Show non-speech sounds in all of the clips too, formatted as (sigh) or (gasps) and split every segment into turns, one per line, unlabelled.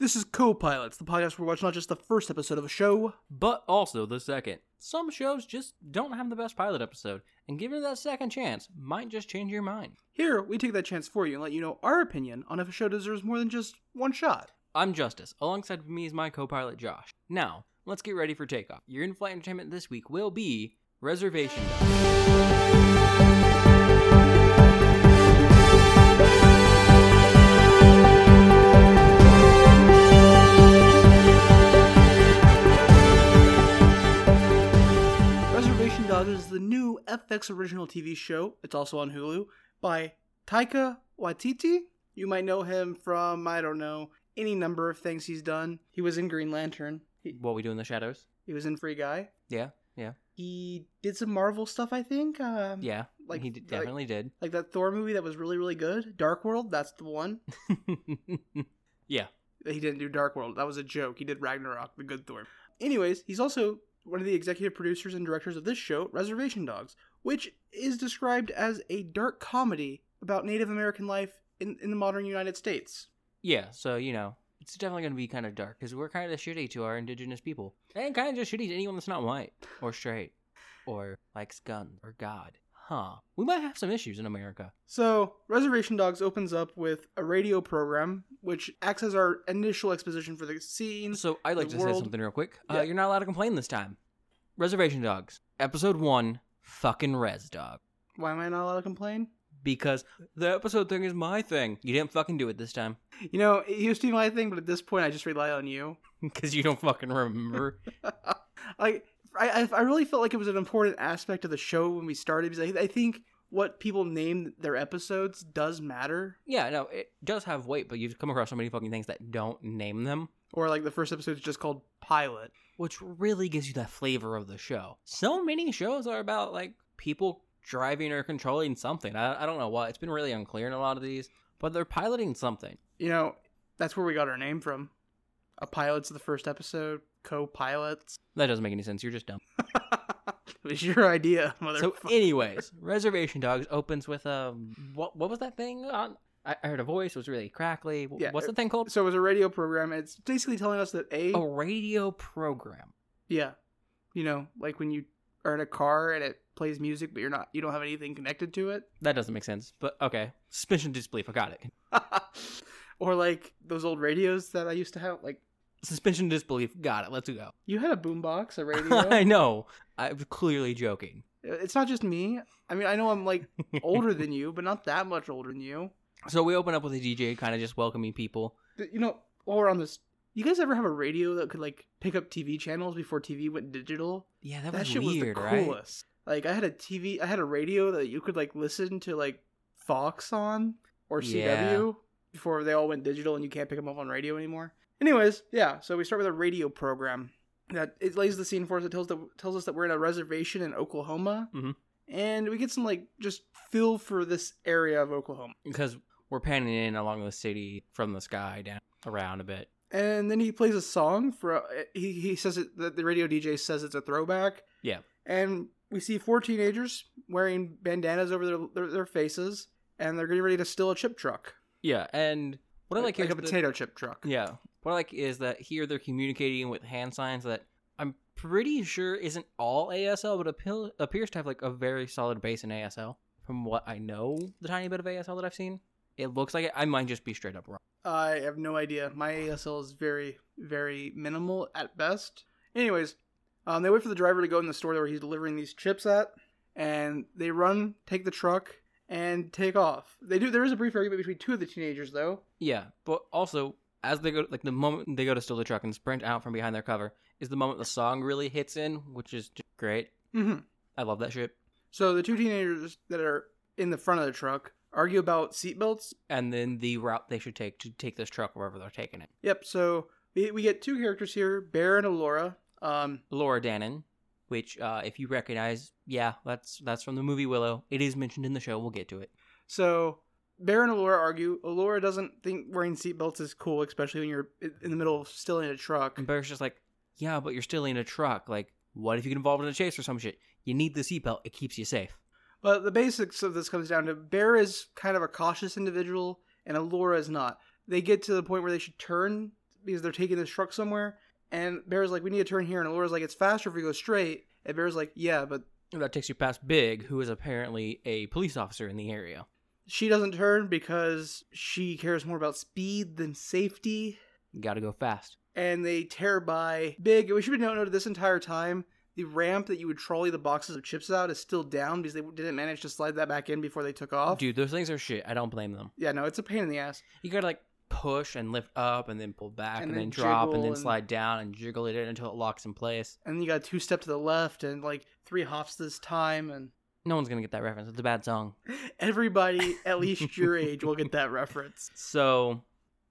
This is Co Pilots, the podcast where we watch not just the first episode of a show.
but also the second. Some shows just don't have the best pilot episode, and giving it that second chance might just change your mind.
Here, we take that chance for you and let you know our opinion on if a show deserves more than just one shot.
I'm Justice. Alongside me is my co pilot Josh. Now, let's get ready for takeoff. Your in flight entertainment this week will be Reservation Dogs.
Reservation Dogs is the new FX original TV show. It's also on Hulu by Taika Waititi. You might know him from, I don't know, any number of things he's done. He was in Green Lantern, he,
What We Do in the Shadows.
he was in Free Guy.
Yeah, yeah,
He did some Marvel stuff, I think. Um,
yeah.
like-
he d- definitely did. (laughs)
Like that Thor movie that was really, really good. Dark World, that's the one.
yeah,
He didn't do Dark World. That was a joke. He did Ragnarok, the good Thor. Anyways, he's also one of the executive producers and directors of this show, Reservation Dogs, which is described as a dark comedy about Native American life in, in the modern United States.
yeah. So, you know, it's definitely going to be kind of dark because we're kind of shitty to our indigenous people. And kind of just shitty to anyone that's not white or straight or likes gun or God. Huh. We might have some issues in America.
So, Reservation Dogs opens up with a radio program, which acts as our initial exposition for the scene.
So I'd like
the
to
world-
say something real quick.
Yeah.
Uh, you're not allowed to complain this time. Reservation Dogs, episode one, fucking Res Dog.
Why am I not allowed to complain?
Because the episode thing is my thing. You didn't fucking do it this time (laughs)
You know, it used to be my thing, but at this point, I just rely on you.
because you don't fucking (laughs) remember.
(laughs) like I, I I really felt like it was an important aspect of the show when we started because I, I think what people name their episodes does matter.
yeah, no, it does have weight, but you've come across so many fucking things that don't name them,
Or like the first episode is just called pilot.
which really gives you that flavor of the show. So many shows are about like people driving or controlling something. I, I don't know why. It's been really unclear in a lot of these, but they're piloting something.
You know, that's where we got our name from. A pilot's the first episode. Co-pilots. (laughs)
That doesn't make any sense. You're just dumb.
it was your idea, motherfucker.
So,
(laughs)
anyways, Reservation Dogs opens with um, what what was that thing? On I, I heard a voice. It was really crackly. W-
Yeah,
What's the thing called?
so it was a radio program. It's basically telling us that a
a radio program.
yeah, you know, like when you are in a car and it plays music, but you're not, you don't have anything connected to it.
That doesn't make sense, but okay. Suspension of disbelief. I got it.
(laughs) or like those old radios that I used to have. Like
Suspension of disbelief. Got it. Let's go.
you had a boombox, a
(laughs) I
radio.
know. I'm clearly joking. (laughs)
it's not just me. I mean, I know I'm like older than you, but not that much older than you.
So we open up with a DJ, kind of just welcoming people.
But, you know, while we're on this, you guys ever have a radio that could like pick up TV channels before TV went digital?
Yeah, that,
That
was
shit
weird,
was the
right?
coolest. Like I had a TV, I had a radio that you could like listen to like Fox on or CW
Yeah.
before they all went digital and you can't pick them up on radio anymore. Anyways, yeah. So we start with a radio program that it lays the scene for us. It tells the, tells us that we're in a reservation in Oklahoma,
Mhm.
and we get some like just feel for this area of Oklahoma.
Because we're panning in along the city from the sky down around a bit.
and then he plays a song for uh, he he says it that the radio DJ says it's a throwback.
Yeah.
And we see four teenagers wearing bandanas over their their, their faces, and they're getting ready to steal a chip truck,
Yeah, and what I like here
like a
is the-
potato chip truck.
Yeah. What I like is that here they're communicating with hand signs that I'm pretty sure isn't all ASL, but appeal- appears to have like a very solid base in ASL. From what I know, the tiny bit of ASL that I've seen, it looks like it. I might just be straight up wrong.
I have no idea. My ASL is very very minimal at best. Anyways, um, they wait for the driver to go in the store where he's delivering these chips at, and they run, take the truck, and take off. They do. There is a brief argument between two of the teenagers though.
Yeah, but also as they go, like the moment they go to steal the truck and sprint out from behind their cover is the moment the song really hits in, which is just great.
Mm-hmm.
I love that shit.
So the two teenagers that are in the front of the truck argue about seatbelts.
And then the route they should take to take this truck wherever they're taking it.
Yep. So we, we get two characters here, Bear and Alora. Um,
Laura Dannon, which uh, if you recognize, yeah, that's that's from the movie Willow. It is mentioned in the show. We'll get to it.
so Bear and Alora argue. Alora doesn't think wearing seatbelts is cool, especially when you're in in the middle of still in a truck.
And Bear's just like, yeah, but you're still in a truck. Like, what if you get involved in a chase or some shit? You need the seatbelt. It keeps you safe.
But the basics of this comes down to Bear is kind of a cautious individual, and Alora is not. They get to the point where they should turn because they're taking this truck somewhere. And Bear's like, we need to turn here. And Alora's like, it's faster if we go straight. And Bear's like, yeah, but
That takes you past Big, who is apparently a police officer in the area.
she doesn't turn because she cares more about speed than safety.
Got to go fast.
And they tear by Big. We should be noted this entire time, the ramp that you would trolley the boxes of chips out is still down because they didn't manage to slide that back in before they took off.
Dude, those things are shit. I don't blame them.
Yeah, no, it's a pain in the ass.
You gotta like push and lift up and then pull back
And
and,
then
then, drop
jiggle
and then
and-
slide down and jiggle it in until it locks in place.
And then you got two step to the left and like three hops this time. And (laughs)
No one's gonna get that reference. It's a bad song.
everybody, at least your age, will get that reference.
So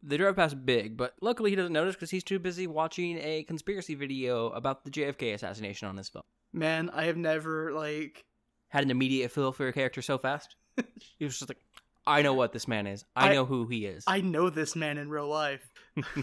they drive past Big, but luckily he doesn't notice because he's too busy watching a conspiracy video about the JFK assassination on his phone.
Man, I have never like
Had an immediate feel for a character so fast. (laughs) he was just like, I know what this man is. I,
I-
know who he is.
I know this man in real
(laughs)
life. (laughs)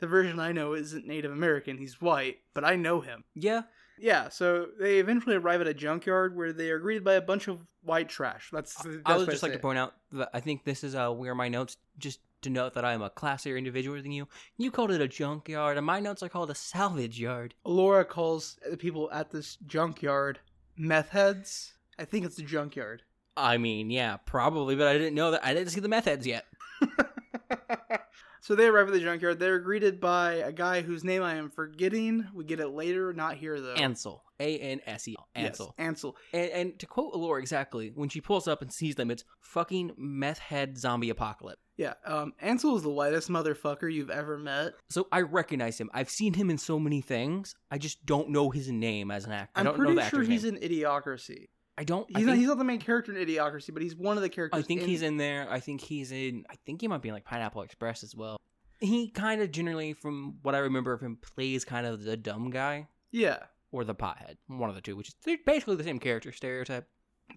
the version I know isn't Native American, he's white, but I know him.
yeah.
Yeah, so they eventually arrive at a junkyard where they are greeted by a bunch of white trash. That's the best
I would
way
just
to
like
say
to
it.
point out that I think this is uh, where my notes just to note that I am a classier individual than you. You called it a junkyard, and my notes are called a salvage yard.
Laura calls the people at this junkyard meth heads. I think it's a junkyard. (laughs)
I mean, yeah, probably, but I didn't know that. I didn't see the meth heads yet.
so they arrive at the junkyard. They're greeted by a guy whose name I am forgetting. We get it later, not here though.
Ansel, A N S E L,
Yes,
Ansel.
Ansel.
And, and to quote Allure exactly, when she pulls up and sees them, it's fucking meth head zombie apocalypse.
Yeah, um, Ansel is the whitest motherfucker you've ever met.
So I recognize him. I've seen him in so many things. I just don't know his name as an actor. I
I'm
don't
pretty
know the
sure
actor's
he's
name.
in Idiocracy.
I don't.
He's,
I
not,
think-
he's not the main character in Idiocracy, but he's one of the characters.
I think he's in there. I think he's in. I think he might be in like Pineapple Express as well. He kind of generally, from what I remember of him, plays kind of the dumb guy
Yeah,
or the pothead, one of the two, which is they're basically the same character stereotype.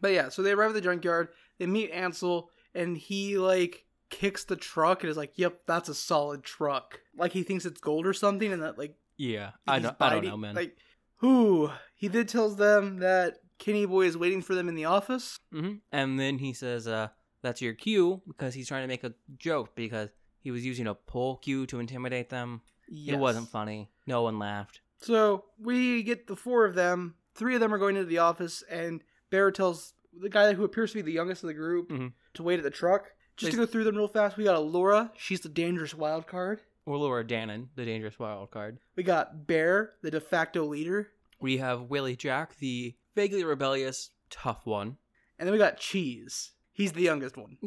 but yeah. So they arrive at the junkyard. They meet Ansel, and he like kicks the truck and is like, "Yep, that's a solid truck." Like he thinks it's gold or something, and that like
Yeah, I
he's
don't, I don't
biting-
know, man.
Like, who he did tells them that Kenny Boy is waiting for them in the office.
hmm And then he says, uh, "That's your cue," because he's trying to make a joke because he was using a pole cue to intimidate them.
Yes.
It wasn't funny. No one laughed.
So we get the four of them. Three of them are going into the office, and Bear tells the guy who appears to be the youngest of the group
Mhm.
to wait at the truck. Just to go through them real fast, we got Laura. She's the dangerous wild card.
Or Laura Dannon, the dangerous wild card.
We got Bear, the de facto leader,
We have Willie Jack, the vaguely rebellious, tough one.
and then we got Cheese. He's the youngest one.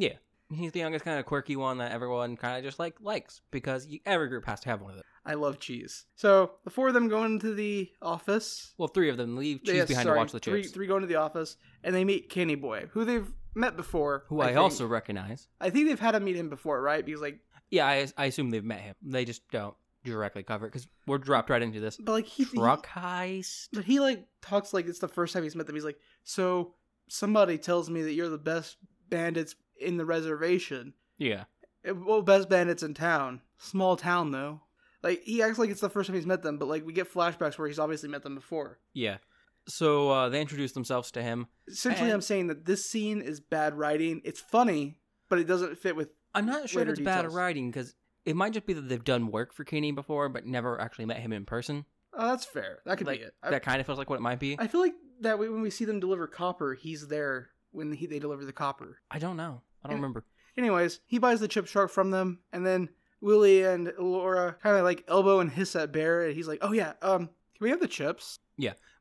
He's the youngest kind of quirky one that everyone kind of just like likes because you, every group has to have one of them.
I love Cheese. So the four of them go into the office.
Well, three of them leave cheese
Yeah,
behind
sorry,
to watch the
three,
chips,
Three go into the office, and they meet Kenny Boy, who they've met before.
who I,
think.
also recognize.
I think they've had him meet him before, right? Because like,
Yeah, I, I assume they've met him. They just don't directly cover it because we're dropped right into this
but like he he-
truck heist.
But he like talks like it's the first time he's met them. He's like, so somebody tells me that you're the best bandits in the reservation.
Yeah,
Eh, Well, best bandits in town. Small town though. Like he acts like it's the first time he's met them, but like we get flashbacks where he's obviously met them before.
yeah. So uh, they introduce themselves to him.
Essentially,
And-
I'm saying that this scene is bad writing. It's funny, but it doesn't fit with.
I'm not sure if
Later
it's bad
details.
writing because it might just be that they've done work for Kenny before, but never actually met him in person.
Oh, that's fair. That could
Like
be it. I,
that kind of feels like what it might be.
I feel like that way when we see them deliver copper, he's there when he, they deliver the copper.
I don't know. I don't
And-
remember.
Anyways, he buys the chip shark from them, and then Willie and Laura kind of like elbow and hiss at Bear, and he's like, "Oh yeah, um, can we have the chips?"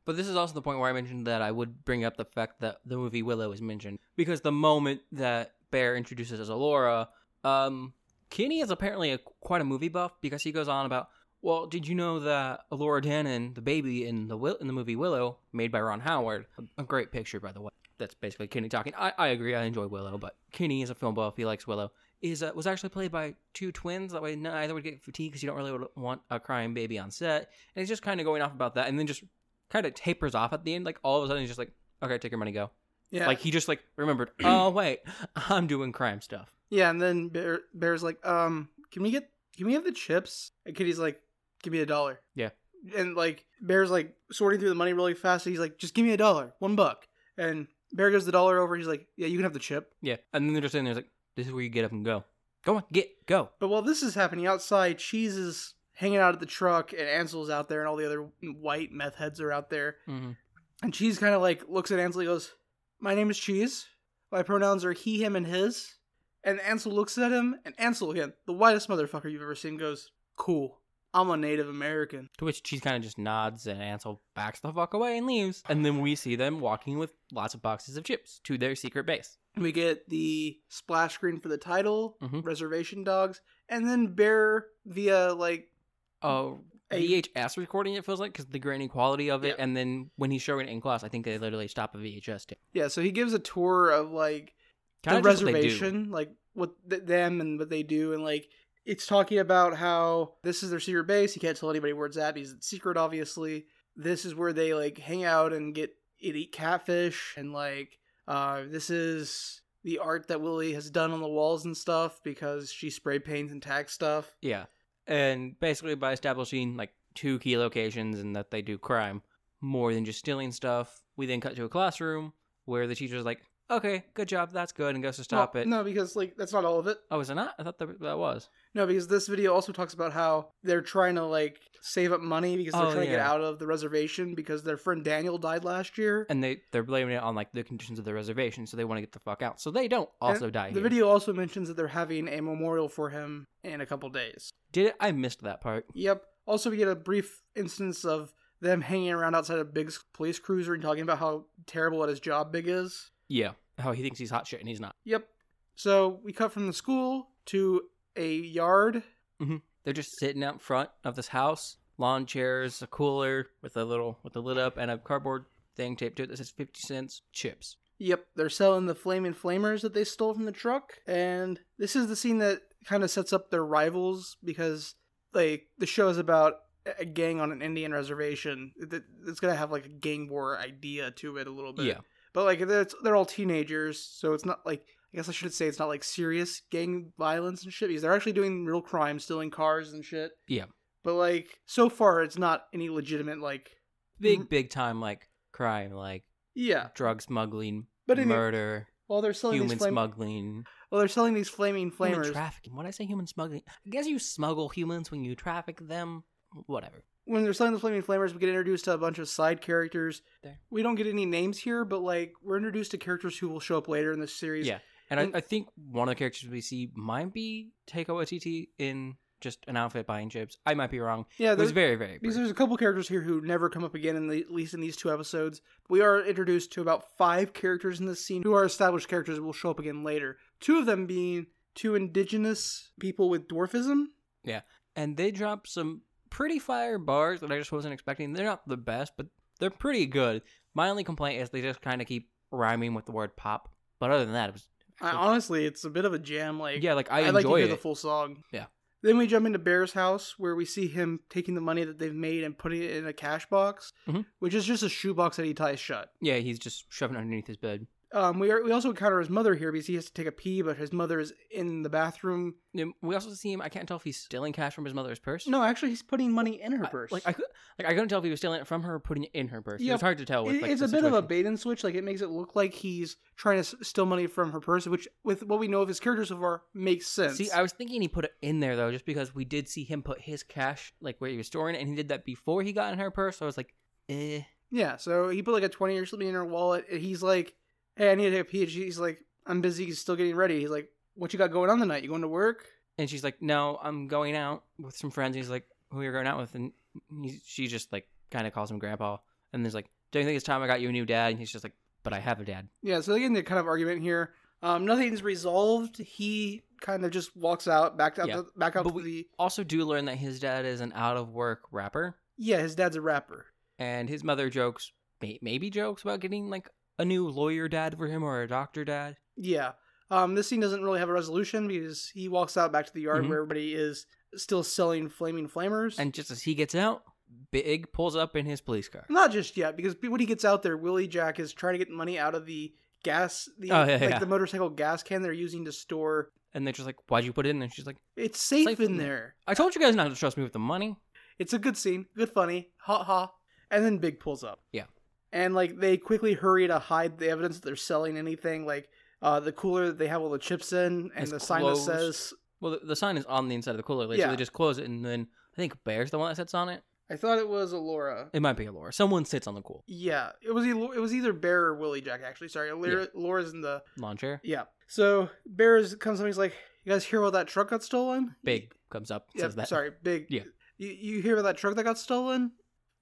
But this is also the point where I mentioned that I would bring up the fact that the movie Willow is mentioned because the moment that Bear introduces us to Laura, um, Kenny is apparently a, quite a movie buff because he goes on about, well, did you know that Laura Dannon, the baby in the Will- in the movie Willow, made by Ron Howard, a, a great picture by the way. That's basically Kenny talking. I, I agree. I enjoy Willow, but Kenny is a film buff. He likes Willow. Is uh, was actually played by two twins. That way, neither would get fatigued because you don't really want a crying baby on set. And he's just kind of going off about that, and then just kind of tapers off at the end. Like all of a sudden, he's just like, okay, take your money, go.
Yeah,
Like he just like
(clears throat)
remembered, oh wait, (laughs) I'm doing crime stuff.
yeah, and then Bear, Bear's like, "Um, can we get can we have the chips?" And Kitty's like, "Give me a dollar."
Yeah.
and like Bear's like sorting through the money really fast, and he's like, "Just give me a dollar, one buck." And Bear gives the dollar over. He's like, "Yeah, you can have the chip."
Yeah, and then they're just sitting there it's like, this is where you get up and go. Go on, get go.
But while this is happening outside, Cheese is hanging out at the truck, and Ansel's out there, and all the other white meth heads are out there.
Mm-hmm.
And Cheese kind of like looks at Ansel and goes, My name is Cheese. My pronouns are he, him, and his. And Ansel looks at him, and Ansel, again, the whitest motherfucker you've ever seen, goes, Cool. I'm a Native American.
To which Cheese kind of just nods, and Ansel backs the fuck away and leaves. And then we see them walking with lots of boxes of chips to their secret base.
We get the splash screen for the title,
Mhm.
Reservation Dogs, and then Bear via like
Oh,
a
VHS recording it feels like because the grainy quality of it,
Yeah.
and then when he's showing it in class, I think they literally stop a VHS tape.
yeah. So he gives a tour of like
Kinda
the
just what they do.
reservation, like what th- them and what they do, and like it's talking about how this is their secret base. You can't tell anybody where it's at because it's secret, obviously. This is where they like hang out and get and eat catfish, and like uh, this is the art that Willie has done on the walls and stuff because she spray paints and tags stuff.
Yeah. And basically by establishing like two key locations and that they do crime more than just stealing stuff, we then cut to a classroom where the teacher's like, Okay, good job, that's good and goes to stop
Well,
it.
No, because like that's not all of it.
Oh, is it not? I thought that, that was.
No, because this video also talks about how they're trying to like save up money because they're
Oh,
trying to get
yeah.
out of the reservation because their friend Daniel died last year.
And they, they're blaming it on like the conditions of the reservation, so they want to get the fuck out. So they don't also die
The
here.
video also mentions that they're having a memorial for him in a couple days.
Did it? I missed that part.
Yep. Also, we get a brief instance of them hanging around outside a big police cruiser and talking about how terrible at his job Big is.
Yeah. How he thinks he's hot shit and he's not.
Yep. So we cut from the school to a yard.
They're just sitting out front of this house, lawn chairs, a cooler with a little with a lid up and a cardboard thing taped to it that says fifty cents chips.
Yep, they're selling the flaming flamers that they stole from the truck, and this is the scene that kind of sets up their rivals because like the show is about a- a gang on an Indian reservation. It- It's gonna have like a gang war idea to it a little bit.
Yeah.
but like they're, they're all teenagers, so it's not like I guess I should say it's not like serious gang violence and shit because they're actually doing real crime, stealing cars and shit.
Yeah.
but like so far it's not any legitimate like
big
Mhm.
big time like crime like
yeah.
drug smuggling
But anyway,
murder
while they're selling
human
these flame-
smuggling
while they're selling these flaming
human
flamers.
trafficking when i say human smuggling i guess you smuggle humans when you traffic them whatever
when they're selling the flaming flammers, we get introduced to a bunch of side characters.
There.
We don't get any names here, but like we're introduced to characters who will show up later in this series.
Yeah. and I,
And-
I think one of the characters we see might be Taika Waititi in just an outfit buying chips i might be wrong
yeah.
it was
There's,
very very
because
brief.
there's a couple characters here who never come up again, in the, at least in these two episodes. We are introduced to about five characters in this scene who are established characters who will show up again later. Two of them being two indigenous people with dwarfism.
and they dropped some pretty fire bars that i just wasn't expecting they're not the best but they're pretty good my only complaint is they just kind of keep rhyming with the word pop but other than that it was
I, honestly, it's a bit of a jam. Like,
yeah like i
I'd like to
enjoy
hear
it
the full song.
Yeah.
Then we jump into Bear's house where we see him taking the money that they've made and putting it in a cash box,
Mhm.
which is just a shoebox that he ties shut.
Yeah, he's just shoving it underneath his bed.
Um, we are, we also encounter his mother here because he has to take a pee, but his mother is in the bathroom.
And We also see him. I can't tell if he's stealing cash from his mother's purse.
No, actually, he's putting money in her
I-
purse.
like I could, like I couldn't tell if he was stealing it from her or putting it in her purse.
Yeah,
Yeah, it's hard to tell. With,
It-
like,
it's
the
a bit of a
situation.
bait and switch. Like it makes it look like he's trying to s- steal money from her purse, which with what we know of his character so far makes sense.
See, I was thinking he put it in there though, just because we did see him put his cash like where he was storing it, and he did that before he got in her purse. So I was like, eh.
Yeah, so he put like a twenty or something in her wallet, and he's like, "Hey, I need to take a pee." And she's like, "I'm busy. He's still getting ready." He's like, "What you got going on tonight? You going to work?"
And she's like, "No, I'm going out with some friends." And he's like, "Who you're going out with?" And he, she just like kind of calls him grandpa, and there's like, "Don't you think it's time I got you a new dad?" And he's just like, "But I have a dad."
Yeah, so they get into kind of argument here. Um, nothing's resolved. He kind of just walks out, back out,
Yeah,
the, back out
but
to
we-
the.
Also, do learn that his dad is an out of work rapper.
Yeah, his dad's a rapper.
and his mother jokes may- maybe jokes about getting like a new lawyer dad for him or a doctor dad
Yeah. Um, this scene doesn't really have a resolution because he walks out back to the yard
Mhm.
where everybody is still selling flaming flammers.
and just as he gets out big pulls up in his police car
Not just yet, because when he gets out there, Willie Jack is trying to get money out of the gas, the
Oh, yeah,
like
yeah.
the motorcycle gas can they're using to store.
and they're just like why'd you put it in there she's like
It's safe,
Safe
in
in
there.
i told you guys not to trust me with the money
It's a good scene, good funny, ha ha. And then Big pulls up.
Yeah.
and like they quickly hurry to hide the evidence that they're selling anything, like uh, the cooler that they have all the chips in, and
It's
the sign that
closed.
says
Well, the, the sign is on the inside of the cooler lid, so
Yeah.
they just close it, and then I think Bear's the one that sits on it.
I thought it was Alora.
It might be Alora. Someone sits on the cool
Yeah, it was el- it was either Bear or Willie Jack actually. Sorry, Alora, Alora's in the
lawn chair.
yeah. So Bear is, comes up. He's like, "You guys hear about that truck got stolen?"
Big comes up,
Yeah,
says that
sorry, big.
Yeah.
You, you hear about that truck that got stolen?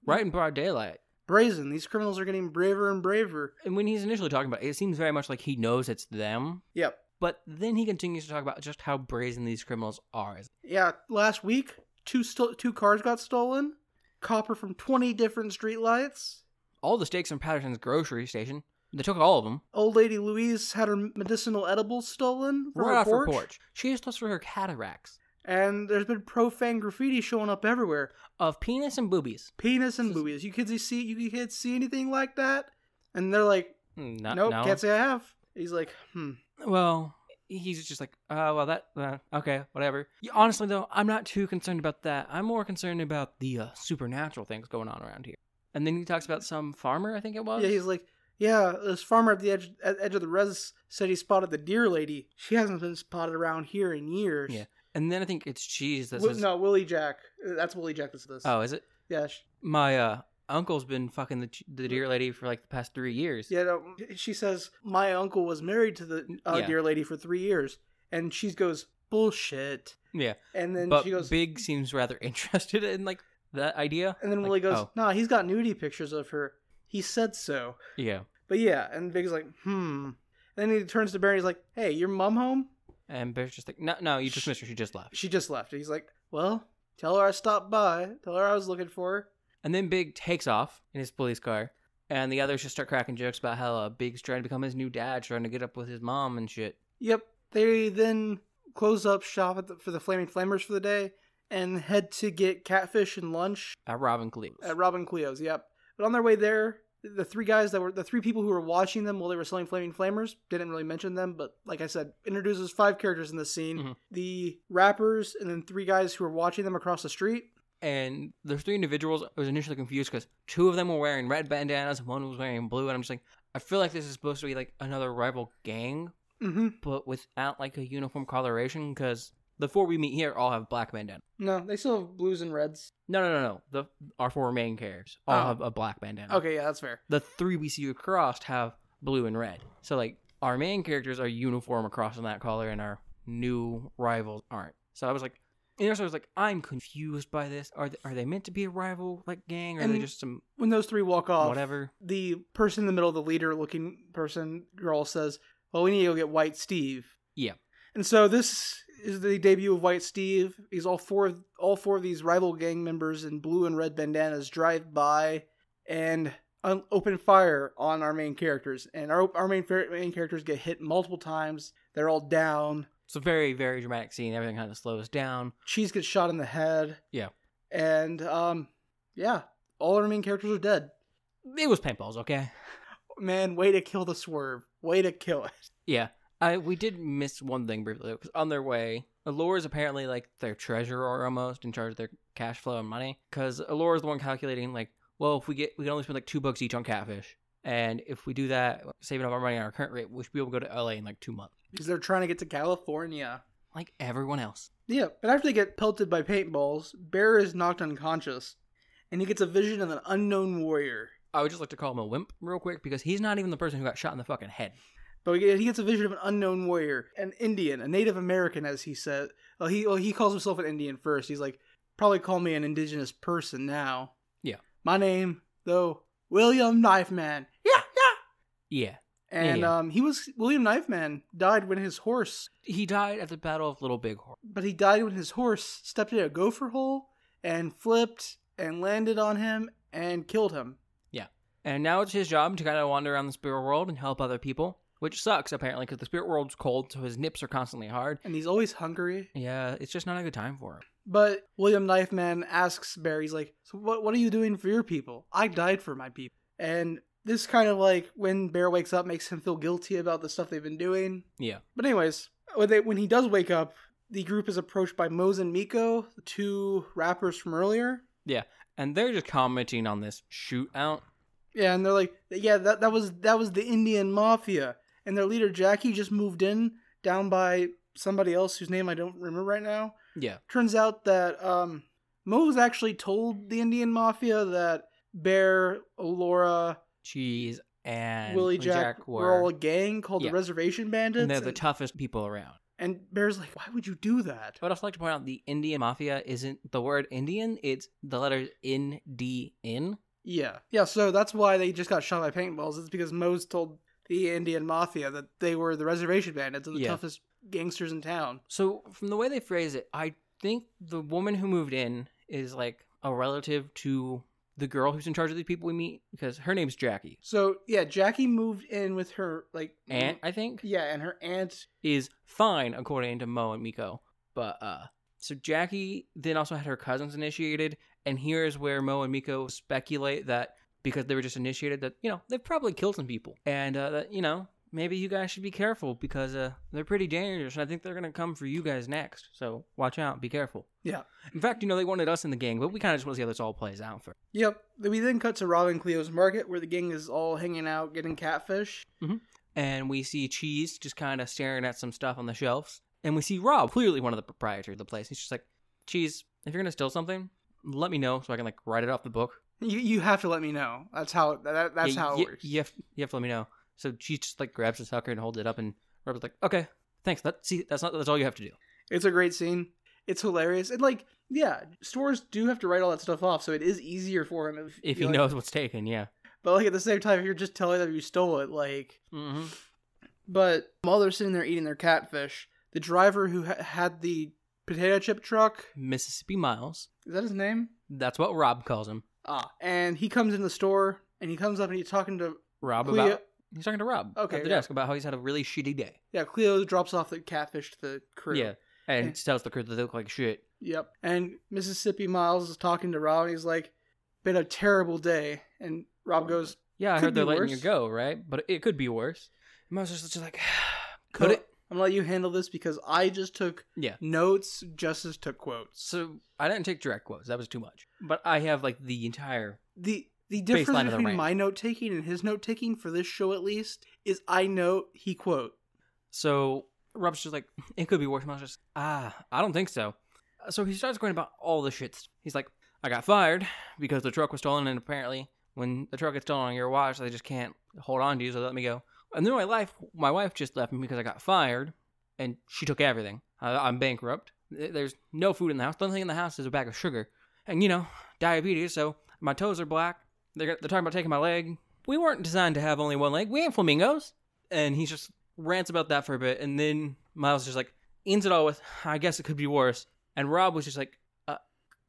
right in broad daylight.
Brazen. These criminals are getting braver and braver.
And when he's initially talking about it, it seems very much like he knows it's them.
Yep.
But then he continues to talk about just how brazen these criminals are.
Yeah. Last week, two sto- two cars got stolen. Copper from twenty different streetlights.
All the steaks from Patterson's grocery station, they took all of them
Old lady Louise had her medicinal edibles stolen from
right
her
off
porch.
her porch. She is lost for her cataracts
And there's been profane graffiti showing up everywhere.
of penis and boobies.
Penis and
This is-
boobies. You kids you see you kids see anything like that? And they're like,
No,
nope,
no.
can't say I have. He's like, hmm.
Well, he's just like, oh, well, that, uh, okay, whatever. Yeah, honestly, though, I'm not too concerned about that. I'm more concerned about the uh, supernatural things going on around here. And then he talks about some farmer, I think it was.
Yeah, he's like, yeah. This farmer at the edge at edge of the res said he spotted the deer lady. She hasn't been spotted around here in years.
Yeah. and then I think it's cheese that
Wi-
says,
no, Willie Jack. Uh, That's Willie Jack. That's this.
oh, is it?
yeah, she,
My uh, uncle's been fucking the, ch- the deer lady for like the past three years.
yeah. No, she says my uncle was married to the uh,
Yeah.
deer lady for three years, and she goes bullshit.
Yeah.
And then
but
she goes,
Big seems rather (laughs) interested in like that idea.
and then
Like,
Willie goes,
oh,
nah, he's got nudie pictures of her. He said so.
yeah.
But yeah, and Big's like, hmm. And then he turns to Barry. He's like, hey, your mom home?
And Bear's just like, no, no, you just missed her. She just left.
She just left. And he's like, well, tell her I stopped by. Tell her I was looking for her.
And then Big takes off in his police car, and the others just start cracking jokes about how uh, Big's trying to become his new dad, trying to get up with his mom and shit.
Yep. They then close up shop at the, for the Flaming Flammers for the day and head to get catfish and lunch
At Robin Cleveland.
at Robin Cleo's. Yep. But on their way there, the three guys that were the three people who were watching them while they were selling Flaming Flammers didn't really mention them, but like I said, introduces five characters in this scene:
Mhm.
the rappers and then three guys who were watching them across the street.
and the three individuals, I was initially confused because two of them were wearing red bandanas and one was wearing blue, and I'm just like, I feel like this is supposed to be like another rival gang,
Mm-hmm.
but without like a uniform coloration, because the four we meet here all have black bandana.
No, they still have blues and reds.
No, no, no, no. The our four main characters all
Oh.
have a black bandana.
Okay, yeah, that's fair.
the three we see across have blue and red. So like our main characters are uniform across in that color, and our new rivals aren't. So I was like, and also I was like, I'm confused by this. Are they, are they meant to be a rival like gang, or are they
And-
just some
When those three walk off,
whatever?
the person in the middle, the leader looking person girl says, Well, we need to go get White Steve.
Yeah.
And so this is the debut of White Steve. He's all four of all four of these rival gang members in blue and red bandanas drive by and un- open fire on our main characters. And our our main fer- main characters get hit multiple times. They're all down.
It's a very very dramatic scene. Everything kind of slows down.
Cheese gets shot in the head.
Yeah.
And um yeah, all our main characters are dead.
It was paintballs, okay?
Man, way to kill the swerve. Way to kill it. (laughs)
Yeah, I we did miss one thing briefly because on their way, Alora's apparently like their treasurer almost in charge of their cash flow and money because Alora's the one calculating like, well, if we get we can only spend like two bucks each on catfish, and if we do that, saving up our money on our current rate, we should be able to go to LA in like two months,
because they're trying to get to California.
like everyone else.
Yeah, but after they get pelted by paintballs, Bear is knocked unconscious, and he gets a vision of an unknown warrior.
I would just like to call him a wimp real quick because he's not even the person who got shot in the fucking head.
But we get- he gets a vision of an unknown warrior, an Indian, a Native American, as he said. Well, he well, he calls himself an Indian first. He's like, probably call me an indigenous person now.
Yeah.
My name, though, William Knife Man. Yeah, yeah.
Yeah,
And
Yeah.
um, he was William Knife Man died when his horse,
he died at the Battle of Little Bighorn.
but he died when his horse stepped in a gopher hole and flipped and landed on him and killed him.
And now it's his job to kind of wander around the spirit world and help other people, which sucks apparently because the spirit world's cold, so his nips are constantly hard.
and he's always hungry.
Yeah, it's just not a good time for him.
But William Knifeman asks Barry, he's like, "So what? What are you doing for your people? I died for my people." And this kind of like when Bear wakes up makes him feel guilty about the stuff they've been doing.
Yeah.
But anyways, when, they, when he does wake up, the group is approached by Mose and Miko, the two rappers from earlier.
And they're just commenting on this shootout.
Yeah, and they're like, "Yeah, that that was that was the Indian mafia." And their leader Jackie just moved in down by somebody else whose name I don't remember right now.
Yeah.
Turns out that um, Mose actually told the Indian Mafia that Bear, Laura,
Cheese and
Willie Jack, were all a gang called
Yeah.
the Reservation Bandits.
and they're the
and-
toughest people around.
and Bear's like, why would you do that?
I would also like to point out the Indian Mafia isn't the word Indian; it's the letters N D N.
Yeah. Yeah, so that's why they just got shot by paintballs. It's because Mose told the Indian Mafia that they were the reservation bandits and the
Yeah.
toughest gangsters in town.
So from the way they phrase it, I think the woman who moved in is like a relative to the girl who's in charge of these people we meet because her name's Jackie.
So, yeah, Jackie moved in with her, like,
Aunt, I think,
Yeah, and her aunt.
is fine according to Mo and Miko. But uh so Jackie then also had her cousins initiated, and here is where Mo and Miko speculate that because they were just initiated that, you know, they've probably killed some people. And uh that, you know, maybe you guys should be careful because uh they're pretty dangerous and I think they're gonna come for you guys next. So watch out, be careful.
Yeah.
In fact, you know, they wanted us in the gang, but we kinda just want to see how this all plays out first.
Yep. We then cut to Robin Cleo's market where the gang is all hanging out getting catfish.
And we see Cheese just kinda staring at some stuff on the shelves. And we see Rob, clearly one of the proprietors of the place. He's just like, Cheese, if you're gonna steal something, let me know so I can like write it off the book.
You you have to let me know. That's how that, that's
Yeah,
how it
you,
works.
You have, you have to let me know. So she just like grabs the sucker and holds it up, and Rob's like, "Okay, thanks. That see, that's not that's all you have to do."
It's a great scene. It's hilarious. And like, yeah, stores do have to write all that stuff off, so it is easier for him if,
If
you
he
like-
knows what's taken, yeah.
But like at the same time, if you're just telling them you stole it, like.
Mm-hmm.
But while they're sitting there eating their catfish, the driver who ha- had the potato chip truck
Mississippi Miles.
is that his name?
That's what Rob calls him.
Ah, and he comes in the store and he comes up and he's talking to
Rob
Cleo.
about he's talking to Rob
Okay,
at the
yeah.
desk about how he's had a really shitty day.
Yeah, Cleo drops off the catfish to the crew.
Yeah, and
Yeah.
tells the crew that they look like shit.
Yep. And Mississippi Miles is talking to Rob and he's like, been a terrible day. And Rob goes,
Yeah, I
Could
heard they're
be
letting
worse.
you go, right? But it could be worse. And Miles is just like, (sighs) could it?
I'm going to let you handle this because I just took
Yeah.
notes. Justice took quotes.
So I didn't take direct quotes. That was too much. But I have like the entire
The. The
Baseline
difference
of the
between
rant.
my note taking and his note taking for this show, at least, is I note, he quote.
So Rob's just like, (laughs) it could be worse. Miles just, ah, I don't think so. Uh, So he starts going about all the shits. He's like, I got fired because the truck was stolen, and apparently when the truck gets stolen on your watch, they just can't hold on to you, so they let me go. And then my life, my wife just left me because I got fired, and she took everything. I, I'm bankrupt. Th- There's no food in the house. The only thing in the house is a bag of sugar, and you know, diabetes. So my toes are black. They're, they're talking about taking my leg. We weren't designed to have only one leg. We ain't flamingos. And he's just rants about that for a bit, and then Miles is just like ends it all with, "I guess it could be worse." And Rob was just like, uh,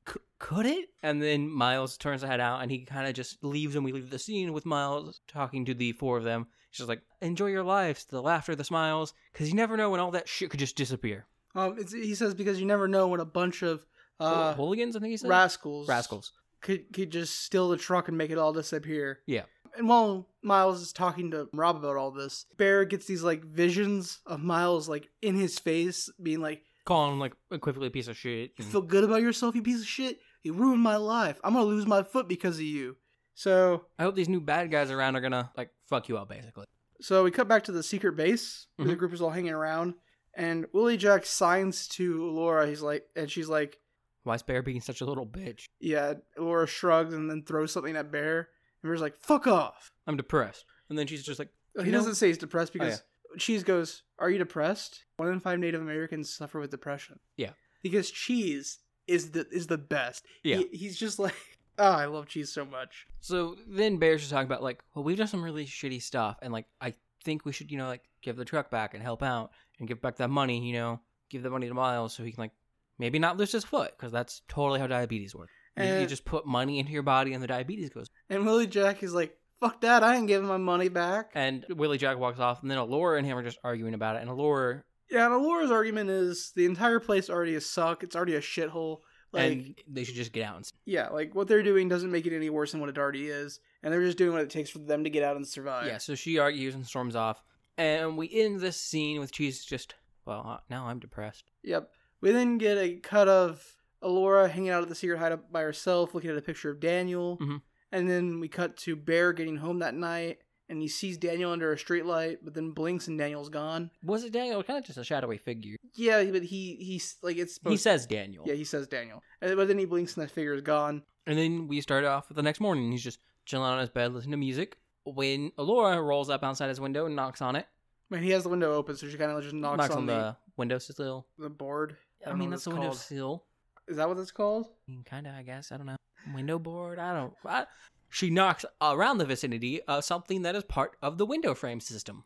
c- "Could it?" And then Miles turns the head out, and he kind of just leaves, and we leave the scene with Miles talking to the four of them. She's just like, "Enjoy your lives, the laughter, the smiles, because you never know when all that shit could just disappear."
Um, it's, he says because you never know when a bunch of uh,
Hooligans, I think he said.
rascals
Rascals.
could could just steal the truck and make it all disappear.
Yeah.
And while Miles is talking to Rob about all this, Bear gets these like visions of Miles like in his face, being like,
Calling him like equivocally a piece of shit.
"You
and-
feel good about yourself, you piece of shit. You ruined my life. I'm gonna lose my foot because of you." So
I hope these new bad guys around are gonna like fuck you up, basically.
so we cut back to the secret base. Where The
Mhm.
group is all hanging around, and Willie Jack signs to Laura. He's like, and she's like,
Why is Bear being such a little bitch?
"Yeah." Laura shrugs and then throws something at Bear, and Bear's like, "Fuck off."
I'm depressed. And then she's just like,
He
You know- Oh,
doesn't say he's depressed because Cheese goes, Are you depressed? One in five Native Americans suffer with depression.
Yeah.
Because Cheese is the is the best.
Yeah.
He, he's just like, (laughs) Oh, I love cheese so much.
So then Bear's just talking about like, well, we've done some really shitty stuff, and like, I think we should, you know, like give the truck back and help out and give back that money, you know, give the money to Miles so he can like maybe not lose his foot because that's totally how diabetes works. You, you
And-
just put money into your body and the diabetes goes.
And Willie Jack is like, Fuck that, I ain't giving my money back.
And Willie Jack walks off, and then Allura and him are just arguing about it, and Allura
yeah, and Alora's argument is the entire place already is suck, it's already a shithole. Like
and they should just get out and.
yeah, like what they're doing doesn't make it any worse than what it already is, and they're just doing what it takes for them to get out and survive.
Yeah, so she argues and storms off, and we end this scene with Cheese just well uh, now I'm depressed.
Yep. We then get a cut of Alora hanging out at the secret hideout by herself, looking at a picture of Daniel.
Mhm.
And then we cut to Bear getting home that night and he sees Daniel under a streetlight, but then blinks and Daniel's gone.
Was it Daniel? Kind of just a shadowy figure.
Yeah, but he he's like it's
He
supposed-
says Daniel.
yeah he says Daniel, And- but then he blinks and that figure is gone.
And then we start off the next morning. He's just chilling on his bed, listening to music. When Alora rolls up outside his window and knocks on it,
I mean, he has the window open, so she kind of just knocks, on, the,
the window sill.
the board.
I,
don't know
mean,
what
that's
it's
the window
called.
sill.
Is that what it's called?
I mean, kind of, I guess. I don't know. Window board. I don't. I, she knocks around the vicinity of something that is part of the window
(laughs)
frame system.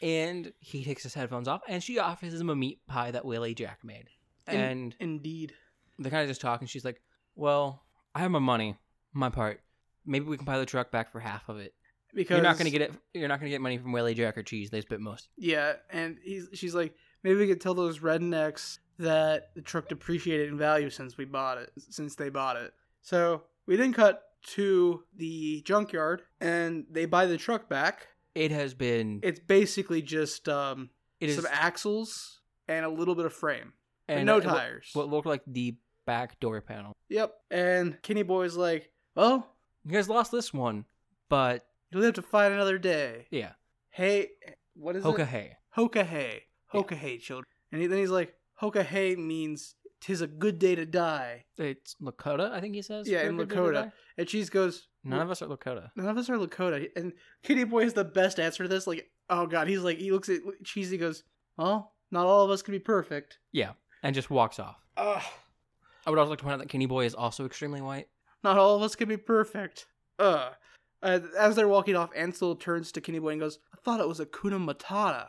and he takes his headphones off, and she offers him a meat pie that Willie Jack made.
In-
and
Indeed.
they kind of just talk, and she's like, "Well, I have my money, my part. Maybe we can buy the truck back for half of it.
Because
You're not gonna get it. You're not gonna get money from Willie Jack or Cheese. They spit most.
Yeah, and he's she's like, maybe we could tell those rednecks that the truck depreciated in value since we bought it, since they bought it. So we then cut to the junkyard, and they buy the truck back.
It has been.
It's basically just um,
it is
some axles and a little bit of frame, but
and
no
what-
tires.
What looked like the back door panel.
yep. And Kenny Boy's like, well,
You guys lost this one, but
you'll have to find another day.
yeah,
Hey, what is
Hoka
it?
Hey.
Hokahay.
Yeah.
Hokahay, children. And he, then he's like, Hokahay means tis a good day to die.
It's Lakota, I think he says.
Yeah,
for
in
good day
Lakota.
to die.
And Cheese goes,
None of us are Lakota.
none of us are Lakota. And Kitty Boy is the best answer to this. Like, oh God, he's like, he looks at Cheese, he goes, well, not all of us can be perfect.
And just walks off.
Ugh.
I would also like to point out that Kenny Boy is also extremely white.
Not all of us can be perfect. Ugh. Uh, as they're walking off, Ansel turns to Kenny Boy and goes, I thought it was a Kuna Matata.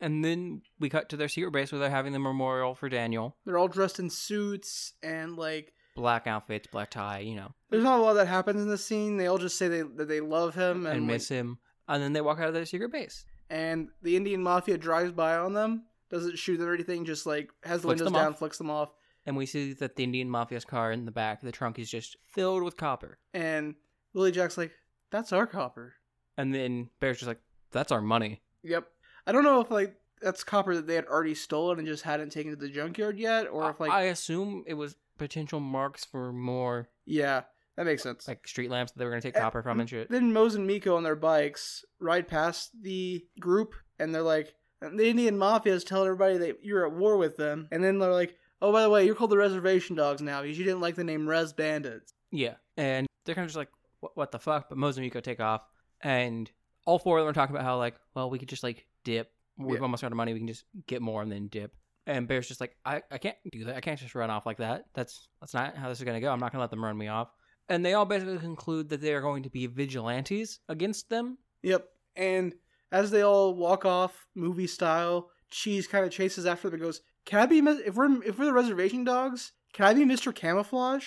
And then we cut to their secret base where they're having the memorial for Daniel.
They're all dressed in suits and like
Black outfits, black tie, you know.
There's not a lot that happens in this scene. They all just say they that they love him and
and
like-
miss him. And then they walk out of their secret base.
and the Indian mafia drives by on them, doesn't shoot them or anything, just like has the
Flicks
windows
them
down,
off.
flicks them off,
And we see that the Indian mafia's car in the back, the trunk is just filled with copper.
and Willie Jack's like, "That's our copper."
And then Bear's just like, that's our money.
Yep. I don't know if like that's copper that they had already stolen and just hadn't taken to the junkyard yet, or if like
I assume it was potential marks for more
yeah, that makes sense.
like street lamps that they were going to take
Uh,
copper from and shit.
Then Mose and Miko on their bikes ride past the group, and they're like, and the Indian mafia is telling everybody that you're at war with them. And then they're like, oh, by the way, you're called the Reservation Dogs now because you didn't like the name Res Bandits.
Yeah. And they're kind of just like, what, what the fuck? But Mose and Miko take off. And all four of them are talking about how, like, well, we could just, like, dip. We've
Yeah.
almost run out of money. We can just get more and then dip. And Bear's just like, I, I can't do that. I can't just run off like that. That's that's not how this is going to go. I'm not going to let them run me off. And they all basically conclude that they are going to be vigilantes against them.
Yep. And as they all walk off, movie style, Cheese kind of chases after them and goes, can I be, Mis- if we're, if we're the Reservation Dogs, can I be Mr. Camouflage?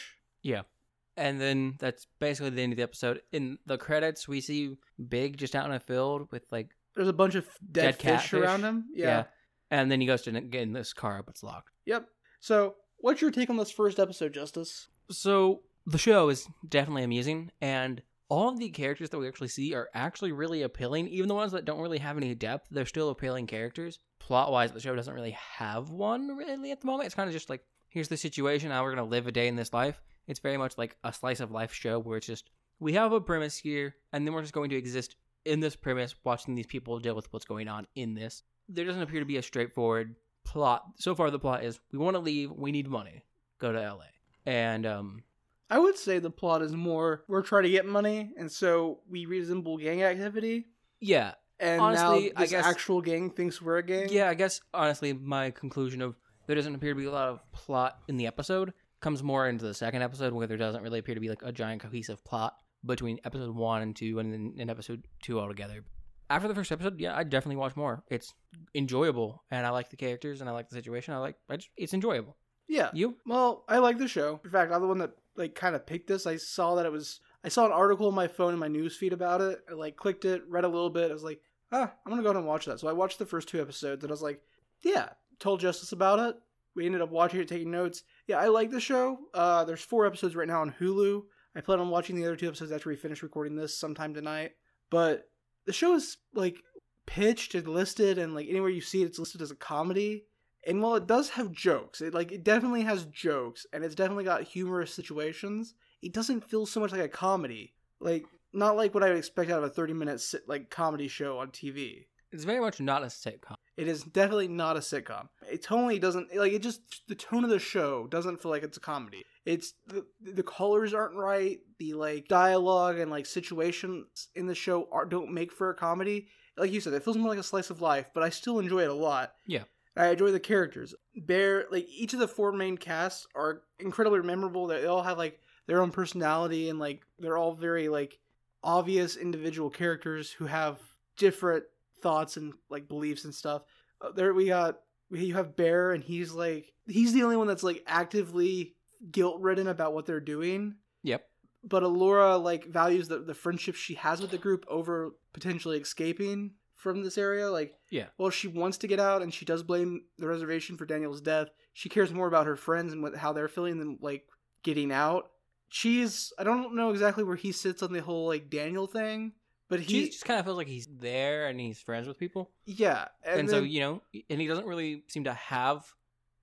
And then that's basically the end of the episode. In the credits, we see Big just out in a field with, like,
There's a bunch of dead,
Dead
fish
catfish.
around him.
yeah.
yeah.
And then he goes to get in this car, but it's locked.
Yep. So, what's your take on this first episode, Justice?
So the show is definitely amusing, and all of the characters that we actually see are actually really appealing. Even the ones that don't really have any depth, they're still appealing characters. Plot wise, the show doesn't really have one really at the moment. It's kind of just like here's the situation, how we're gonna live a day in this life. It's very much like a slice of life show where it's just we have a premise here, and then we're just going to exist in this premise, watching these people deal with what's going on in this. There doesn't appear to be a straightforward plot. So far, the plot is we want to leave, we need money, go to LA. And um,
I would say the plot is more we're trying to get money, and so we resemble gang activity.
Yeah.
And
Honestly,
now
I
this
guess-
actual gang thinks we're a gang.
Yeah, I guess honestly my conclusion of there doesn't appear to be a lot of plot in the episode comes more into the second episode where there doesn't really appear to be like a giant cohesive plot between episode 1 and 2 and then in episode 2 altogether. After the first episode, yeah, I definitely watch more. It's enjoyable and I like the characters and I like the situation. I like I just, it's enjoyable.
Yeah.
You?
Well, I like the show. In fact, I'm the one that like kind of picked this. I saw that it was. I saw an article on my phone in my news feed about it. I like clicked it, read a little bit. I was like, ah, I'm gonna go ahead and watch that. So I watched the first two episodes, and I was like, yeah, told Justice about it. We ended up watching it, taking notes. Yeah, I like the show. Uh, there's four episodes right now on Hulu. I plan on watching the other two episodes after we finish recording this sometime tonight. But the show is like pitched and listed, and like anywhere you see it, it's listed as a comedy and while it does have jokes it like it definitely has jokes and it's definitely got humorous situations it doesn't feel so much like a comedy like not like what I would expect out of a 30 minute sit- like comedy show on TV.
It's very much not a sitcom.
It is definitely not a sitcom. It totally doesn't like it. Just the tone of the show doesn't feel like it's a comedy. It's the the colors aren't right. The like dialogue and like situations in the show are, don't make for a comedy. Like you said, it feels more like a slice of life, but I still enjoy it a lot.
Yeah.
I enjoy the characters. Bear like each of the four main casts are incredibly memorable. They all have like their own personality and like they're all very like obvious individual characters who have different thoughts and like beliefs and stuff. Uh, there we got we- you have Bear and he's like he's the only one that's like actively guilt ridden about what they're doing.
Yep.
But Alora like values the the friendship she has with the group over potentially escaping from this area. Like
Yeah.
well she wants to get out and she does blame the reservation for Daniel's death. She cares more about her friends and what how they're feeling than like getting out. She's I don't know exactly where he sits on the whole like Daniel thing, but he
He just kind of feels like he's there and he's friends with people.
yeah,
and, so
then-
you know and he doesn't really seem to have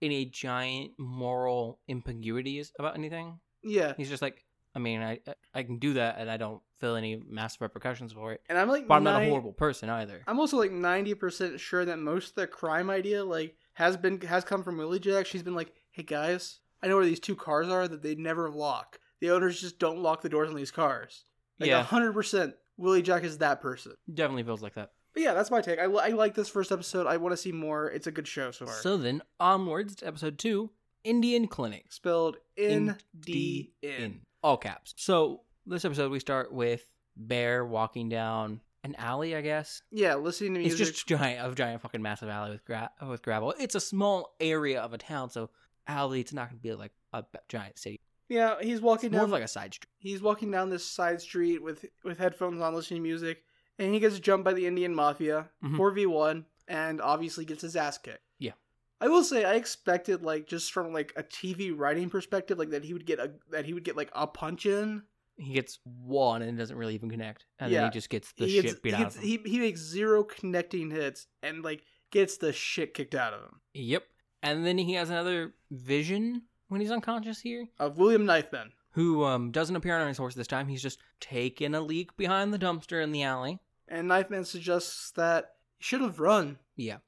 any giant moral ambiguities about anything
yeah,
he's just like i mean i i can do that and i don't feel any massive repercussions for it
and I'm like
but i'm not a
nine-
horrible person either
I'm also like 90% sure that most of the crime idea like has been has come from Willie Jack. She's been like, "Hey guys, I know where these two cars are that they never lock. The owners just don't lock the doors on these cars." Like
yeah
100% Willie Jack is that person.
definitely feels like that
But yeah, that's my take. I, li- I like this first episode. I want to see more. It's a good show so far.
so then onwards to episode two indian clinics
Spelled N D
in
N.
all caps so this episode we start with bear walking down an alley i guess
Yeah, listening to
It's
music.
just giant of giant fucking massive alley with gra- with gravel. It's a small area of a town, so alley. It's not gonna be like a b- giant city.
yeah, he's walking
More
down
of like a side street.
he's walking down this side street with with headphones on listening to music and he gets jumped by the indian mafia
Mhm.
4v1 and obviously gets his ass kicked
Yeah.
i will say i expected like just from like a tv writing perspective like that he would get a that he would get like a punch in
He gets one and doesn't really even connect, and
Yeah.
then he just gets the
he
shit
gets, he,
beat out
gets
of him.
he, he makes zero connecting hits and like gets the shit kicked out of him
Yep. And then he has another vision when he's unconscious here,
of william knifeman
who um doesn't appear on his horse this time. He's just taking a leak behind the dumpster in the alley.
and knifeman suggests that he should have run
Yeah.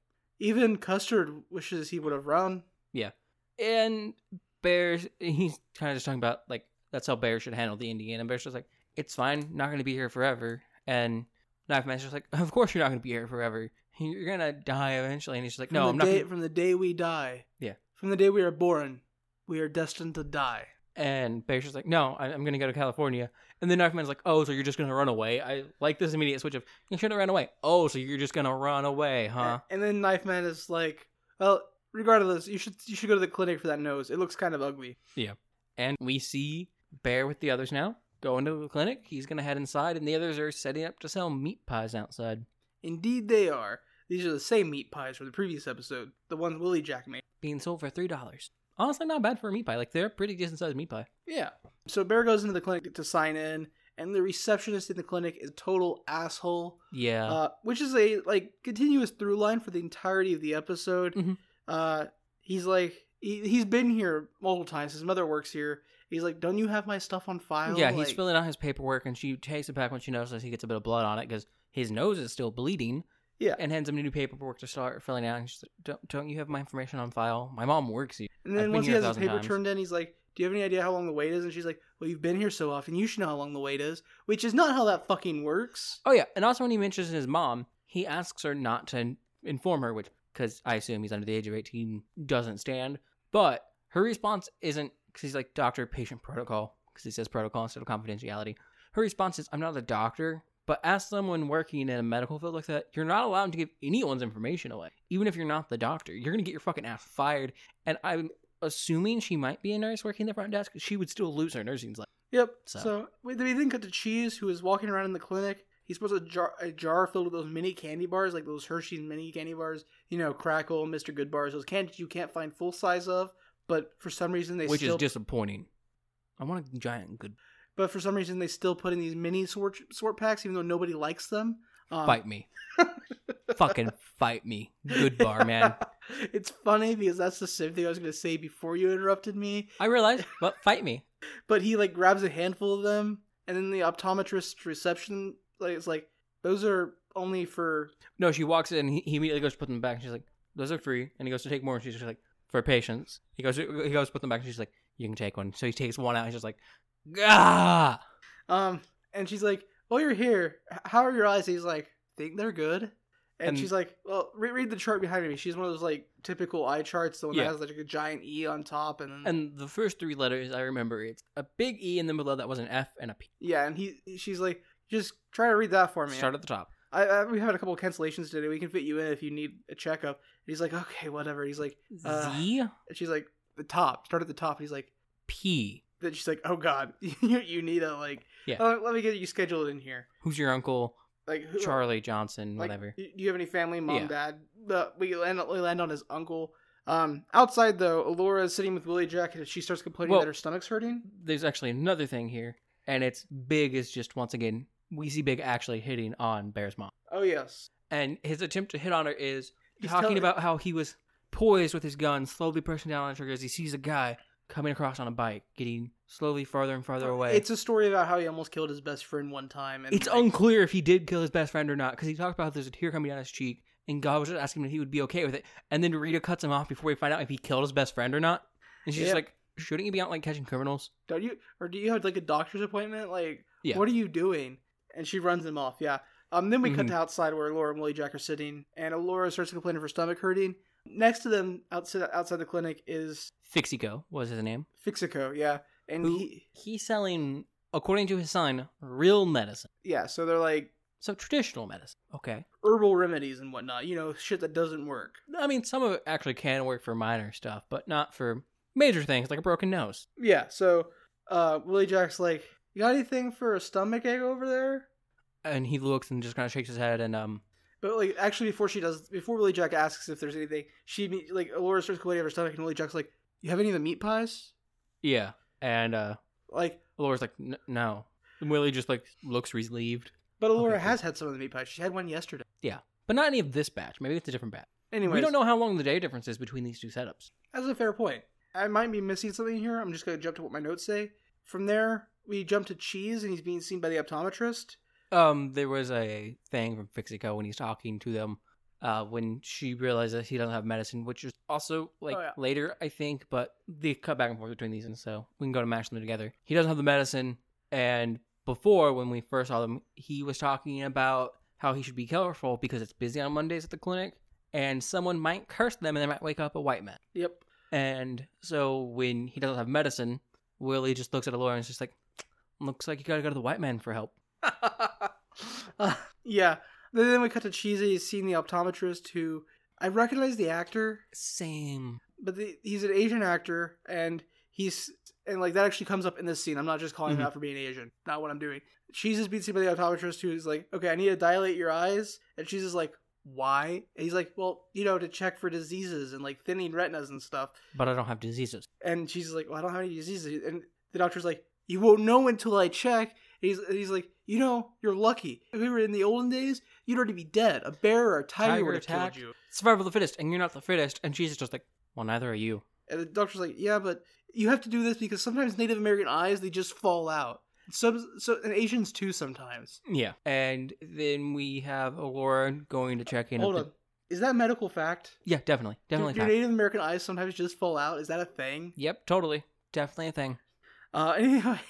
even custard wishes he would have run
and bears he's kind of just talking about like that's how bears should handle the indiana bears just like it's fine not going to be here forever and knife man's just like of course you're not going to be here forever you're going to die eventually and he's just like
From
no
the
i'm not
day,
gonna-"
From the day we die.
Yeah.
From the day we are born, we are destined to die.
and bears just like no I- i'm going to go to california and then knife man's like oh so you're just going to run away i like this immediate switch of you should have ran away oh so you're just going to run away huh
A- And, then Knife Man is like, well, regardless, you should you should go to the clinic for that nose. It looks kind of ugly.
and we see bear with the others now going to the clinic he's going to head inside and the others are setting up to sell meat pies outside
Indeed, they are. These are the same meat pies from the previous episode, the ones Willie Jack made.
being sold for three dollars. Honestly, not bad for a meat pie. Like they're a pretty decent sized meat pie.
Yeah. So Bear goes into the clinic to sign in, and the receptionist in the clinic is a total asshole.
Yeah,
uh, which is a like continuous through line for the entirety of the episode.
Mhm.
Uh, he's like he, he's been here multiple times. His mother works here. He's like, don't you have my stuff on file?
yeah. He's
Like,
filling out his paperwork, and she takes it back when she notices he gets a bit of blood on it because his nose is still bleeding.
Yeah.
and hands him new paperwork to start filling out. And she's like, "Don't, don't you have my information on file? My mom works here."
And
I've
then
been
once he
here a
has his
thousand
paper
times.
turned in, he's like, do you have any idea how long the wait is? And she's like, well, you've been here so often, you should know how long the wait is. Which is not how that fucking works.
Oh yeah, and also when he mentions his mom, he asks her not to inform her, which because I assume he's under the age of eighteen doesn't stand. But her response isn't because he's like doctor patient protocol because he says protocol instead of confidentiality. Her response is, "I'm not a doctor." But as someone working in a medical field like that, you're not allowed to give anyone's information away, even if you're not the doctor. You're gonna get your fucking ass fired. And I'm assuming she might be a nurse working the front desk. She would still lose her nursing license.
Yep. So,
So-
we, we then cut to Cheese, who is walking around in the clinic. He's supposed to jar, a jar filled with those mini candy bars, like those Hershey's mini candy bars. You know, Crackle, Mr. Good bars. Those candies you can't find full size of, but for some reason they
which
still.
is disappointing. I want a giant good
but for some reason they still put in these mini sort sort packs, even though nobody likes them. Um,
fight me. Fucking fight me. Good bar, man.
(laughs) it's funny because that's the same thing I was going to say before you interrupted me.
I realize, but fight me.
But he like grabs a handful of them and then the optometrist reception like it's like those are only for
No, she walks in. He, he immediately goes to put them back. And she's like, "Those are free." And he goes to take more, and she's just like, "For patients." He goes, he goes to put them back, and she's like, "You can take one." So he takes one out. And she's just like, "Gah!"
um and she's like oh you're here H- how are your eyes he's like think they're good and,
And-
she's like well re- read the chart behind me she's one of those like typical eye charts the one
Yeah.
that has like a giant e on top and,
And the first three letters I remember, it's a big E in the middle. That was an F and a P.
yeah and he she's like just try to read that for me
Start at the top.
I, I we had a couple of cancellations today we can fit you in if you need a checkup and he's like okay whatever he's like Uh.
Z
and she's like the top start at the top and he's like
P.
then she's like oh god (laughs) you, you need a like
Yeah.
"Oh, let me get you scheduled in here
Who's your uncle?
like who,
Charlie Johnson,
Like,
whatever.
y- Do you have any family, mom,
Yeah.
dad? The, we land we land on his uncle. Um, outside though, Alora is sitting with Willie Jack, and she starts complaining
Well-
that her stomach's hurting.
There's actually another thing here, and it's Big is just once again we see Big actually hitting on Bear's mom,
Oh yes,
and his attempt to hit on her is
He's
talking
telling-
about how he was poised with his gun, slowly pressing down on the trigger as he sees a guy coming across on a bike, getting slowly farther and farther away.
It's a story about how he almost killed his best friend one time, and
It's
like,
unclear if he did kill his best friend or not because he talked about how there's a tear coming down his cheek, and God was just asking him if he would be okay with it. And then Rita cuts him off before we find out if he killed his best friend or not. And she's
Yeah.
just like, "Shouldn't you be out like catching criminals?"
Don't you or do you have like a doctor's appointment? Like,
Yeah.
what are you doing? And she runs him off. Yeah. Um. Then we cut
Mhm.
to outside where Alora and Willie Jack are sitting, and Alora starts complaining of her stomach hurting. Next to them, outside outside the clinic, is
Fixico was his name.
Fixico. Yeah, and
Who-
he
He's selling, according to his sign, real medicine.
yeah. So they're like
So traditional medicine. Okay.
herbal remedies and whatnot. You know, shit that doesn't work.
I mean, some of it actually can work for minor stuff, but not for major things like a broken nose.
Yeah. So uh, Willie Jack's like, "You got anything for a stomach ache over there?"
And he looks and just kind of shakes his head and um,
But like, actually, before she does, before Willie Jack asks if there's anything, she me- like Laura starts complaining of her stomach, and Willie Jack's like, "You have any of the meat pies?"
yeah. And uh,
Like,
Laura's like, N- no. And Willie just like looks relieved.
but Laura
Okay, cool.
has had some of the meat pies. She had one yesterday.
But not any of this batch. Maybe it's a different batch.
Anyway,
We don't know how long the day difference is between these two setups.
That's a fair point. I might be missing something here. I'm just gonna jump to what my notes say. From there, we jump to Cheese, and he's being seen by the optometrist.
Um, there was a thing from Fixico when he's talking to them, uh, when she realizes he doesn't have medicine, which is also like
Oh, yeah.
later, I think. But they cut back and forth between these, and so we can go to mash them together. He doesn't have the medicine, and before when we first saw them, he was talking about how he should be careful because it's busy on Mondays at the clinic, and someone might curse them, and they might wake up a white man.
Yep.
And so when he doesn't have medicine, Willie just looks at a lawyer and is just like, "Looks like you gotta go to the white man for help."
Uh, (laughs) yeah. Then then we cut to Cheesy seeing the optometrist who I recognize the actor,
Same.
but the, he's an Asian actor and he's and like that actually comes up in this scene. I'm not just calling him
Mhm.
out for being Asian. Not what I'm doing. Cheese is being seen by the optometrist who's like, Okay, I need to dilate your eyes and Cheese is like, Why? And he's like, Well, you know, to check for diseases and like thinning retinas and stuff
But I don't have diseases.
and she's like, "Well, I don't have any diseases." And the doctor's like, "You won't know until I check." And he's, and he's like, "You know, you're lucky. If we were in the olden days, you'd already be dead. A bear or a tiger,
Tiger
would have
attacked.
killed you."
Survival of the fittest, and you're not the fittest. And she's just like, well, neither are you.
And the doctor's like, "Yeah, but you have to do this because sometimes Native American eyes they just fall out. Some, so and Asians too sometimes."
Yeah. And then we have Aurora going to check in.
Hold
at
on,
the-
is that medical fact?
Yeah, definitely.
Do-
Definitely.
Do,
fact.
Native American eyes sometimes just fall out? Is that a thing?
Yep, totally. Definitely a thing.
Uh, (laughs) anyway,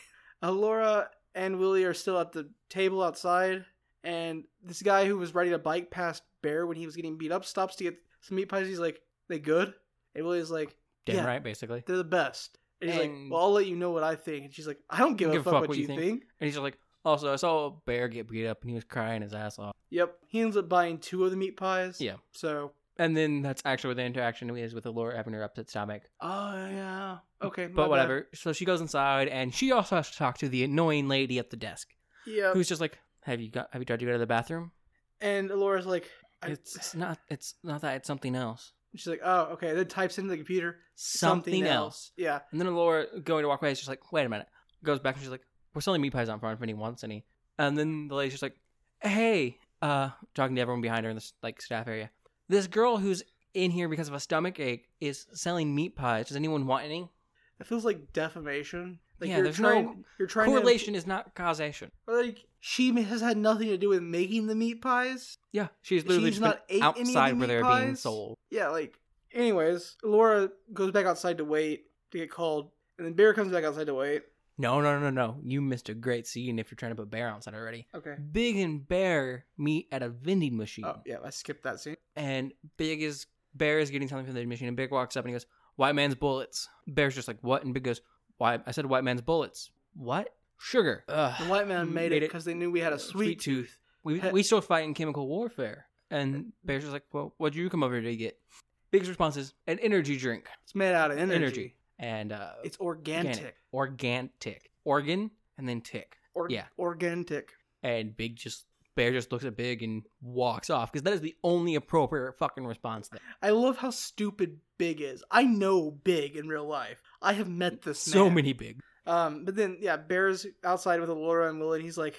uh, Laura and Willie are still at the table outside, and this guy who was riding a bike past Bear when he was getting beat up stops to get some meat pies. He's like, "They good?" And Willie's like,
Damn
Yeah.
right, basically.
"They're the best." And he's like,
And-
"Well, I'll let you know what I think." And she's like, "I don't give, a fuck, what, you think.
And he's just like, also, I saw a bear get beat up and he was crying his ass off.
Yep. He ends up buying two of the meat pies.
Yeah.
So.
And then that's actually where the interaction is with Aurora having her upset stomach.
Oh yeah. Okay. my
But
bad.
whatever. So she goes inside and she also has to talk to the annoying lady at the desk
Yep.
who's just like, have you got, have you tried to go to the bathroom?
And Laura's like, I-
It's, it's not, it's not that, it's something else.
She's like, "Oh, okay." Then types into the computer
Something, else.
Yeah.
And then Laura going to walk away is just like, wait a minute. Goes back and she's like, we're selling meat pies on front if anyone wants any. And then the lady's just like, hey, uh, talking to everyone behind her in this like staff area. This girl who's in here because of a stomach ache is selling meat pies. Does anyone want any?
That feels like defamation. Like
Yeah,
you're
there's
trying,
no
you're trying to-
Correlation is not causation.
like she has had nothing to do with making the meat pies.
Yeah, she's literally
She's
just been
not ate any of the
outside where
meat
they're being
pies?
sold.
Yeah, like anyways, Laura goes back outside to wait to get called, and then Bear comes back outside to wait.
No, no, no, no. You missed a great scene if you're trying to put Bear outside already.
Okay.
Big and Bear meet at a vending machine,
Oh yeah, I skipped that scene.
and Big is Bear is getting something from the vending machine, and Big walks up and he goes, "White man's bullets." Bear's just like, "What?" And Big goes, "Why?" I said, "White man's bullets." What? Sugar. Ugh.
The white
(sighs)
man made, it 'cause it because they knew we had a
Uh,
sweet, tooth.
We
Heh.
we still fight in chemical warfare. And Bear's just like, well, what'd you come over to get? Big's response is an energy drink.
It's made out of energy.
Energy. And uh,
It's organic.
Organic. Organ and then tick.
Or-
Yeah.
Organic.
And Big just Bear just looks at Big and walks off because that is the only appropriate fucking response there.
I love how stupid Big is. I know Big in real life. I have met this
So
man.
many Big.
Um, but then yeah, Bear's outside with Laura and Willie, and he's like,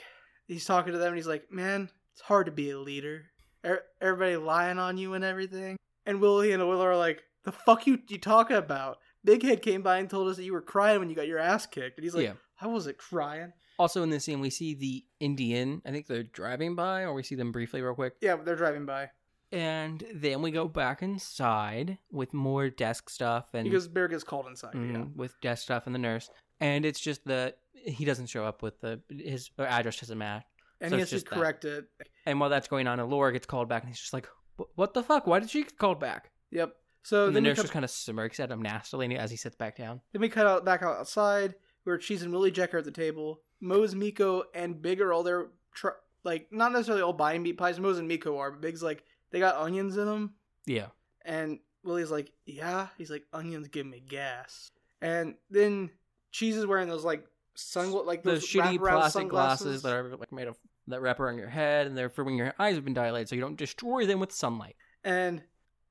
he's talking to them, and he's like, man, it's hard to be a leader. Er- everybody lying on you and everything. And Willie and Laura are like, the fuck you you talking about? Big Head came by and told us that you were crying when you got your ass kicked, and he's like,
Yeah.
I wasn't crying.
Also in this scene, we see the Indian. I think they're driving by, or we see them briefly, real quick.
Yeah, but they're driving by
And then we go back inside with more desk stuff and
because Bear gets called inside. Yeah.
Mhm, with death stuff and the nurse. And it's just that he doesn't show up with the his address doesn't match.
and
So
he
it's
has to
just that.
correct it.
And while that's going on, Alora gets called back, and he's just like, "Wh- "What the fuck? Why did she get called back?"
Yep. So
and the
then we
nurse
cut
just kind of smirks at him nastily as he sits back down.
Then we cut out back out outside where Cheese and Willie Jack are at the table. Mose, Miko, and Big are all there, tr- like not necessarily all buying meat pies. Mose and Miko are, but Big's like they got onions in them,
Yeah,
and Willie's like, yeah. He's like, onions give me gas. And then Cheese is wearing those like sunglasses, like
those
those,
shitty
wraparound
plastic
sunglasses.
glasses that are like made of that wrap around your head, and they're for when your eyes have been dilated, so you don't destroy them with sunlight.
And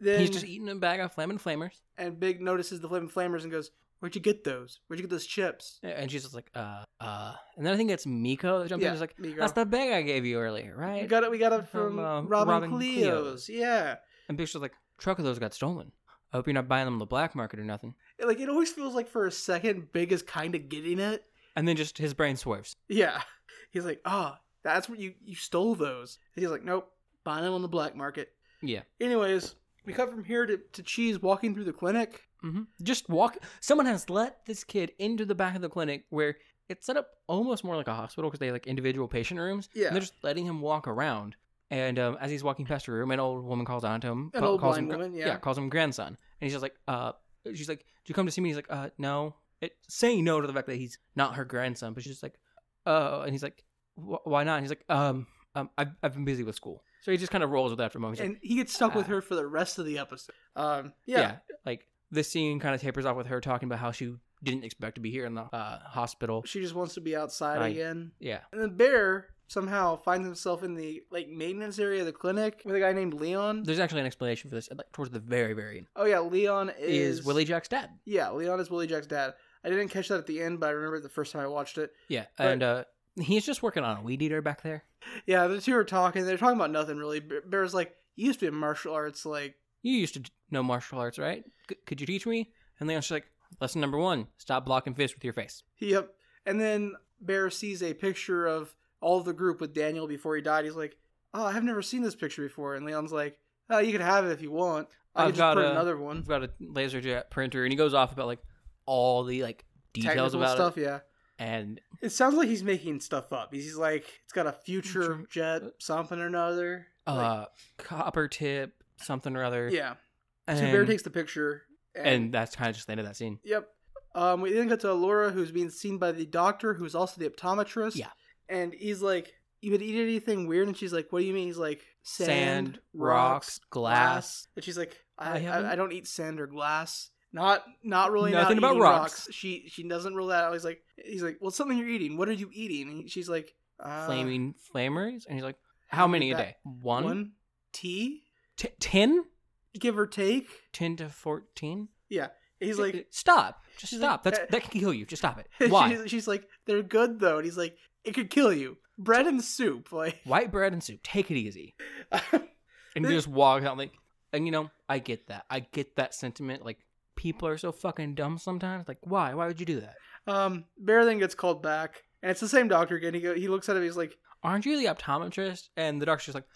then
he's just e-, eating a bag of flamin' flammers,
and Big notices the flaming flammers and goes, "Where'd you get those? Where'd you get those chips?"
and she's just like, "Uh, uh." And then I think it's Miko that jumps in.
Yeah,
She's like,
Miko.
"That's the bag I gave you earlier, right?"
We got it. We got it
From,
from,
um,
Robin,
Robin
Cleo's. Yeah.
And Big's just like, truck of those got stolen. I hope you're not buying them on the black market or nothing.
like it always feels like for a second big is kind of getting it
And then just his brain swerves.
yeah (laughs) he's like ah that's what you you stole those and he's like nope buying them on the black market
Yeah.
anyways we cut from here to, to cheese walking through the clinic
hmm Just walk. Someone has let this kid into the back of the clinic where it's set up almost more like a hospital because they have like individual patient rooms.
Yeah.
And they're just letting him walk around. And um, as he's walking past a room, an old woman calls out to him.
An
ca-
old
calls
blind
him, gra-
woman, yeah.
calls him grandson. And he's just like, uh, she's like, "Do you come to see me?" He's like, "Uh, no." It, saying no to the fact that he's not her grandson, but she's just like, "Oh," and he's like, "Wh- "Why not?" And he's like, "Um, um, I've, I've been busy with school." So he just kind of rolls with that for a moment. He's like,
and he gets stuck with
Ah.
her for the rest of the episode um yeah,
like this scene kind of tapers off with her talking about how she didn't expect to be here in the uh, hospital.
she just wants to be outside
I-
again
Yeah,
and the bear somehow finds himself in the like maintenance area of the clinic with a guy named leon
there's actually an explanation for this. Like towards the very, very end,
oh yeah leon is,
is, Willie Jack's dad.
yeah leon is willie jack's dad i didn't catch that at the end but i remember it the first time i watched it
Yeah,
But-
and uh, he's just working on a weed eater back there.
Yeah, the two are talking. They're talking about nothing really. Bear- Bear's like, "You used to be in martial arts, like,
You used to d- know martial arts, right? C- could you teach me? And Leon's just like, lesson number one: stop blocking fists with your face.
yep." And then Bear sees a picture of all of the group with Daniel before he died. He's like, "Oh, I've never seen this picture before." And Leon's like, "Oh, you can have it if you want. I
I've
could
got
just print
a-
another
I've
one."
got a laser jet printer, and he goes off about like all the like details
Technical
about
stuff,
it.
yeah.
And
It sounds like he's making stuff up. He's, he's like, "It's got a future
Future-
jet, something or another." Like,
uh, copper tip, something or other.
yeah.
and,
so Bear takes the picture,
and that's kind of just the end of that scene.
Yep. Um, we then got to Laura, who's being seen by the doctor, who's also the optometrist.
Yeah.
And he's like, "You been eating anything weird?" And she's like, "What do you mean?" He's like, "Sand,
sand,
rocks,
rocks, glass.
And she's like, I,
I haven't-
I, I don't eat sand or glass. Not not really
Nothing about rocks."
She she doesn't rule that out. He's like, he's like, "Well, it's something you're eating. What are you eating?" And she's like, uh,
flaming flammers. And he's like, How many a
that-
day? One?
One tea,
T- ten?
give or take."
10 to 14?
Yeah. He's like,
Stop. Just
she's
stop.
like,
That's,
uh,
that can kill you. Just stop it.
(laughs) And
Why?
(laughs) She's, she's like, they're good though. And he's like, it could kill you. Bread and soup, like. (laughs)
White bread and soup. Take it easy. And you
Th-
just walk out like, and you know, I get that. I get that sentiment. Like, people are so fucking dumb sometimes. Like, why? Why would you do that?
Um, Bear then gets called back, and it's the same doctor again. He go, he looks at him. He's like,
Aren't you the optometrist? And the doctor's just like,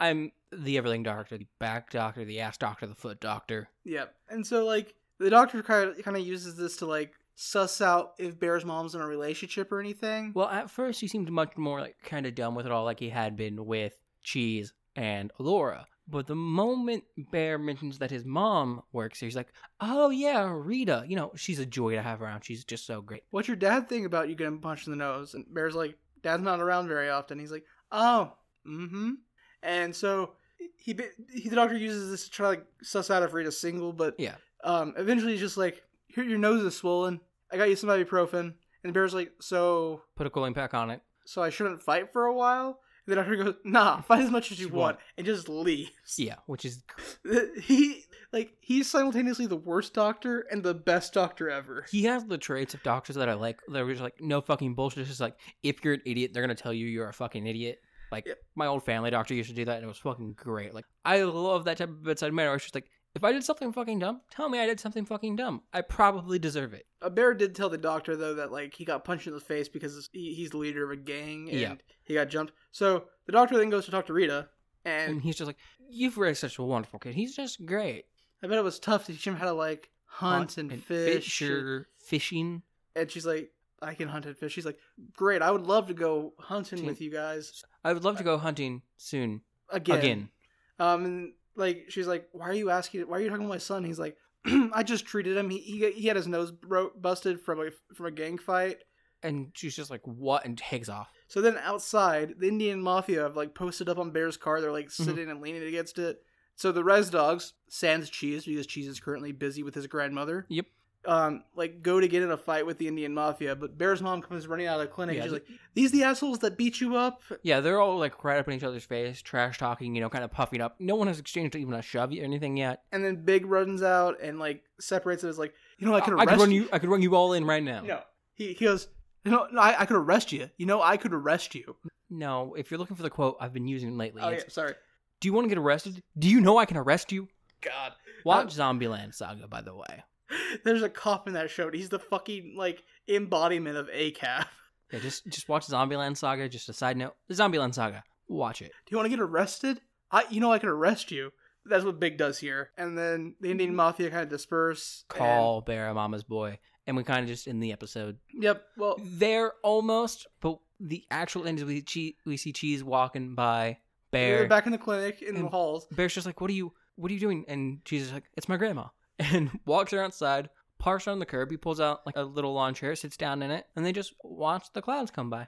I'm the everything doctor, the back doctor, the ass doctor, the foot doctor.
"Yep." And so like the doctor kind of kind of uses this to like suss out if Bear's mom's in a relationship or anything.
Well, at first he seemed much more like kind of done with it all, like he had been with Cheese and Laura. But the moment Bear mentions that his mom works here, he's like, "Oh yeah, Rita. You know, she's a joy to have around. She's just so great."
What's your dad think about you getting punched in the nose? And Bear's like, Dad's not around very often. He's like, Oh, mm hmm. And so he, he, the doctor uses this to try to like, suss out if Rita's single, but
Yeah.
um, eventually he's just like, Here, your nose is swollen. I got you some ibuprofen. And Bear's like, So,
Put a cooling pack on it.
so I shouldn't fight for a while? And the doctor goes, Nah, fight as much as you
You
want,
want.
and just leaves.
Yeah, which is
(laughs) He, like, he's simultaneously the worst doctor and the best doctor ever.
he has the traits of doctors that I like. They're just like no fucking bullshit. It's just like if you're an idiot, they're gonna tell you you're a fucking idiot. Like
Yeah.
my old family doctor used to do that, and it was fucking great. Like I love that type of bedside manner. where It's just like if I did something fucking dumb, tell me I did something fucking dumb. I probably deserve it.
A bear did tell the doctor though that like he got punched in the face because he, he's the leader of a gang and
Yeah.
he got jumped. So the doctor then goes to talk to Rita, and
And he's just like, you've raised such a wonderful kid. He's just great.
I bet it was tough to teach him how to like hunt, and, fish.
fisher- fishing.
And she's like, "I can hunt and fish." She's like, "Great, I would love to go hunting
Team-
with you guys
I would love to go hunting soon
again."
again.
Um, and like she's like, "Why are you asking? Why are you talking to my son?" He's like, (clears throat) "I just treated him. He he, he had his nose bro- busted from a from a gang fight."
And she's just like, what? And takes off.
So then outside, the Indian mafia have like posted up on Bear's car. They're like
Mm-hmm.
sitting and leaning against it. So the res dogs, sans Cheese, because Cheese is currently busy with his grandmother.
Yep.
Um, like go to get in a fight with the Indian mafia, but Bear's mom comes running out of the clinic.
Yeah,
and she's like,
th-
"These the assholes that beat you up."
Yeah, they're all like right up in each other's face, trash talking, you know, kind of puffing up. No one has exchanged even a shove or anything yet.
And then Big runs out and like separates it. Is like, you know, I could arrest
run you. I could run you all in right now.
No, he he goes, you know, no, I, I could arrest you. You know, I could arrest you.
No, if you're looking for the quote I've been using lately,
Oh yeah,
it's,
sorry.
do you want to get arrested? Do you know I can arrest you?
God,
Watch Zombieland Saga, by the way.
there's a cop in that show. And he's the fucking like embodiment of ACAP.
Yeah, just just watch Zombieland Saga. Just a side note, Zombieland Saga. Watch it.
Do you want to get arrested? I, you know, I can arrest you. That's what Big does here. And then the Indian mafia kind of disperse. and-
Call Bear Mama's boy, and we kind of just end the episode
yep. Well,
there almost, but the actual end is we che- we see Cheese walking by
they're
Bear.
back in the clinic in the
And-
halls.
Bear's just like, "What are you? What are you doing?" And she's just like, "It's my grandma." (laughs) And walks her outside, parks her on the curb. He pulls out like a little lawn chair, sits down in it, and they just watch the clouds come by.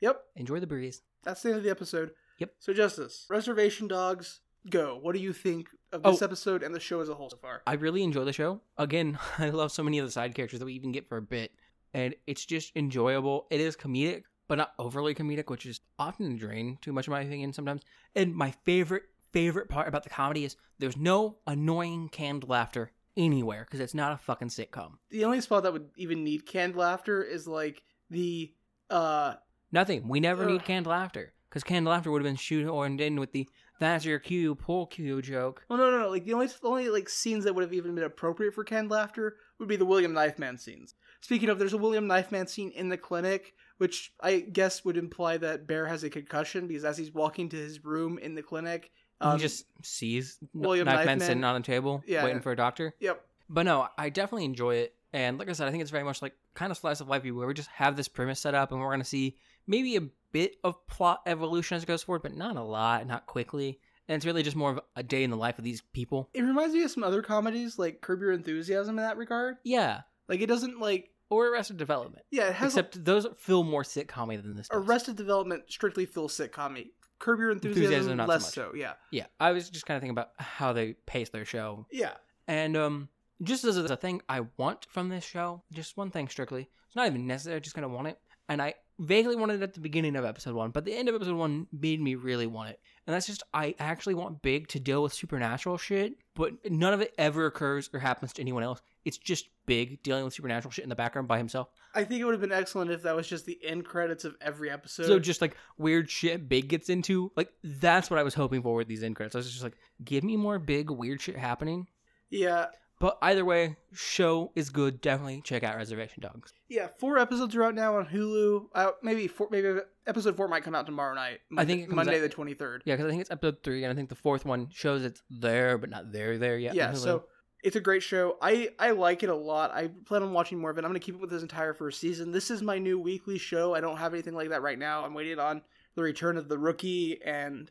Yep.
Enjoy the breeze.
That's the end of the episode.
Yep.
So Justice, reservation dogs, go. What do you think of this
Oh.
episode and the show as a whole so far?
I really enjoy the show. Again, (laughs) I love so many of the side characters that we even get for a bit, and it's just enjoyable. It is comedic, but not overly comedic, which is often a drain too much in my opinion sometimes. And my favorite favorite part about the comedy is there's no annoying canned laughter anywhere because it's not a fucking sitcom.
The only spot that would even need canned laughter is like the uh
Nothing. We never need
Ugh.
canned laughter because canned laughter would have been shoehorned in with the "that's your cue, pull cue" joke.
well no no no like the only the only like scenes that would have even been appropriate for canned laughter would be the William Knife Man scenes. Speaking of, there's a William Knife Man scene in the clinic, which I guess would imply that Bear has a concussion because as he's walking to his room in the clinic,
And
um,
he just sees Kn-
William
Knife
Knife
Man
Man.
sitting on a table
Yeah,
waiting
yeah.
for a doctor.
yep
But no, I definitely enjoy it. And like I said, I think it's very much like kind of slice of life where we just have this premise set up and we're going to see maybe a bit of plot evolution as it goes forward, but not a lot, not quickly. And it's really just more of a day in the life of these people.
it reminds me of some other comedies like Curb Your Enthusiasm in that regard.
Yeah.
Like it doesn't like
Or Arrested Development.
yeah it has a-
Except those feel more sitcom than this. does.
Arrested Development strictly feels sitcom. Curb Your Enthusiasm,
Enthusiasm, not so
less
much.
so. Yeah
Yeah. I was just kind of thinking about how they pace their show
yeah.
And um, just as a thing I want from this show, just one thing strictly. It's not even necessary. Just gonna want it. And I vaguely wanted it at the beginning of episode one, but the end of episode one made me really want it. And that's just I actually want Big to deal with supernatural shit, but none of it ever occurs or happens to anyone else. It's just Big dealing with supernatural shit in the background by himself.
I think it would have been excellent if that was just the end credits of every episode.
So just like weird shit Big gets into, like that's what I was hoping for with these end credits. I was just like, give me more Big weird shit happening.
yeah,
But either way, show is good. Definitely check out Reservation Dogs.
Yeah, four episodes are out now on Hulu. Uh, maybe four, maybe episode four might come out tomorrow night.
I think it comes
Monday
out-
the twenty third.
Yeah, because I think it's episode three, and I think the fourth one shows it's there, but not there there yet.
Yeah,
on Hulu.
so
(laughs)
it's a great show. I I like it a lot. I plan on watching more of it. I'm gonna keep it with this entire first season. This is my new weekly show. I don't have anything like that right now. I'm waiting on the return of the rookie, and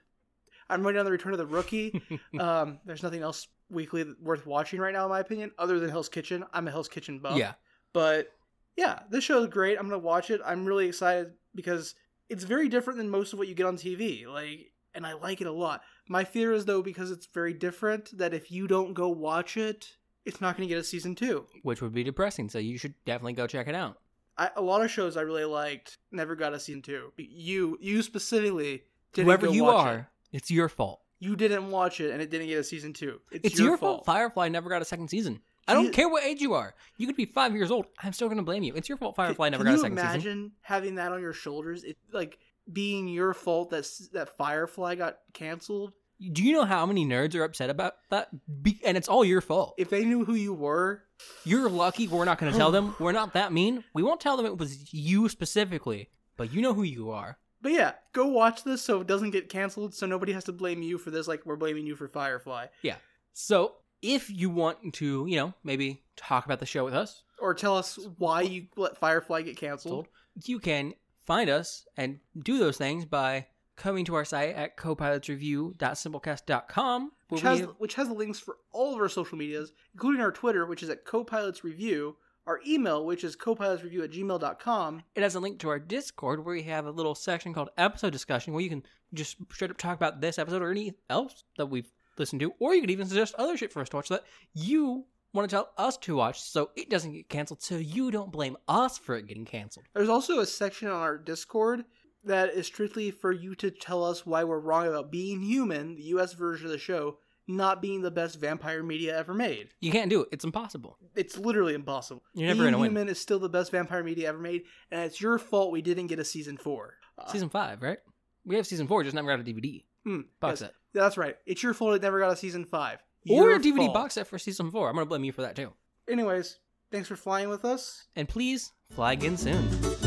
I'm waiting on the return of the
(laughs)
rookie. um, there's nothing else weekly that- worth watching right now, in my opinion, other than Hell's Kitchen. I'm a Hell's Kitchen buff.
yeah,
But yeah, this show is great. I'm gonna watch it. I'm really excited because it's very different than most of what you get on TV. Like, and I like it a lot. My fear is though because it's very different that if you don't go watch it, it's not gonna get a season two.
which would be depressing. So you should definitely go check it out.
I, a lot of shows I really liked never got a season two. You, you specifically, didn't
Whoever
go
you
watch
are,
it.
it's your fault.
you didn't watch it and it didn't get a season two. It's,
It's, your, fault. Firefly never got a second season. I
Can
don't
you-
care what age you are. You could be five years old. I'm still going to blame you. It's your fault Firefly
Can-
never
can
got a
you
second
imagine
season.
having that on your shoulders? It like being your fault that s- that Firefly got canceled.
Do you know how many nerds are upset about that? Be- and it's all your fault.
If they knew who you were,
You're lucky we're not
(gasps)
going to tell them. We're not that mean. We won't tell them it was you specifically, but you know who you are.
but yeah, go watch this so it doesn't get canceled, so nobody has to blame you for this. Like we're blaming you for Firefly,
So if you want to, you know, maybe talk about the show with us,
or tell us why you let Firefly get canceled.
you can find us and do those things by coming to our site at copilotsreview.simplecast.com. where
Which
we
has,
have-
which has links for all of our social medias, including our Twitter, which is at Copilots Review, our email, which is copilotsreview at gmail.com,
it has a link to our Discord where we have a little section called episode discussion where you can just straight up talk about this episode or any else that we've listened to, or you could even suggest other shit for us to watch that you want to tell us to watch so it doesn't get canceled, so you don't blame us for it getting canceled.
There's also a section on our Discord that is strictly for you to tell us why we're wrong about being human, the US version of the show, not being the best vampire media ever made.
You can't do it, it's impossible.
It's literally impossible.
You're never
being
gonna win.
human is still the best vampire media ever made, and it's your fault we didn't get a season four. Uh,
Season 5, right? We have season 4, just never got a DVD
hmm, yes,
box set.
that's right. It's your fault it never got a season five.
Or
Your
a DVD
fault.
box set for season 4. I'm going to blame you for that too.
Anyways, thanks for flying with us.
And please fly again soon.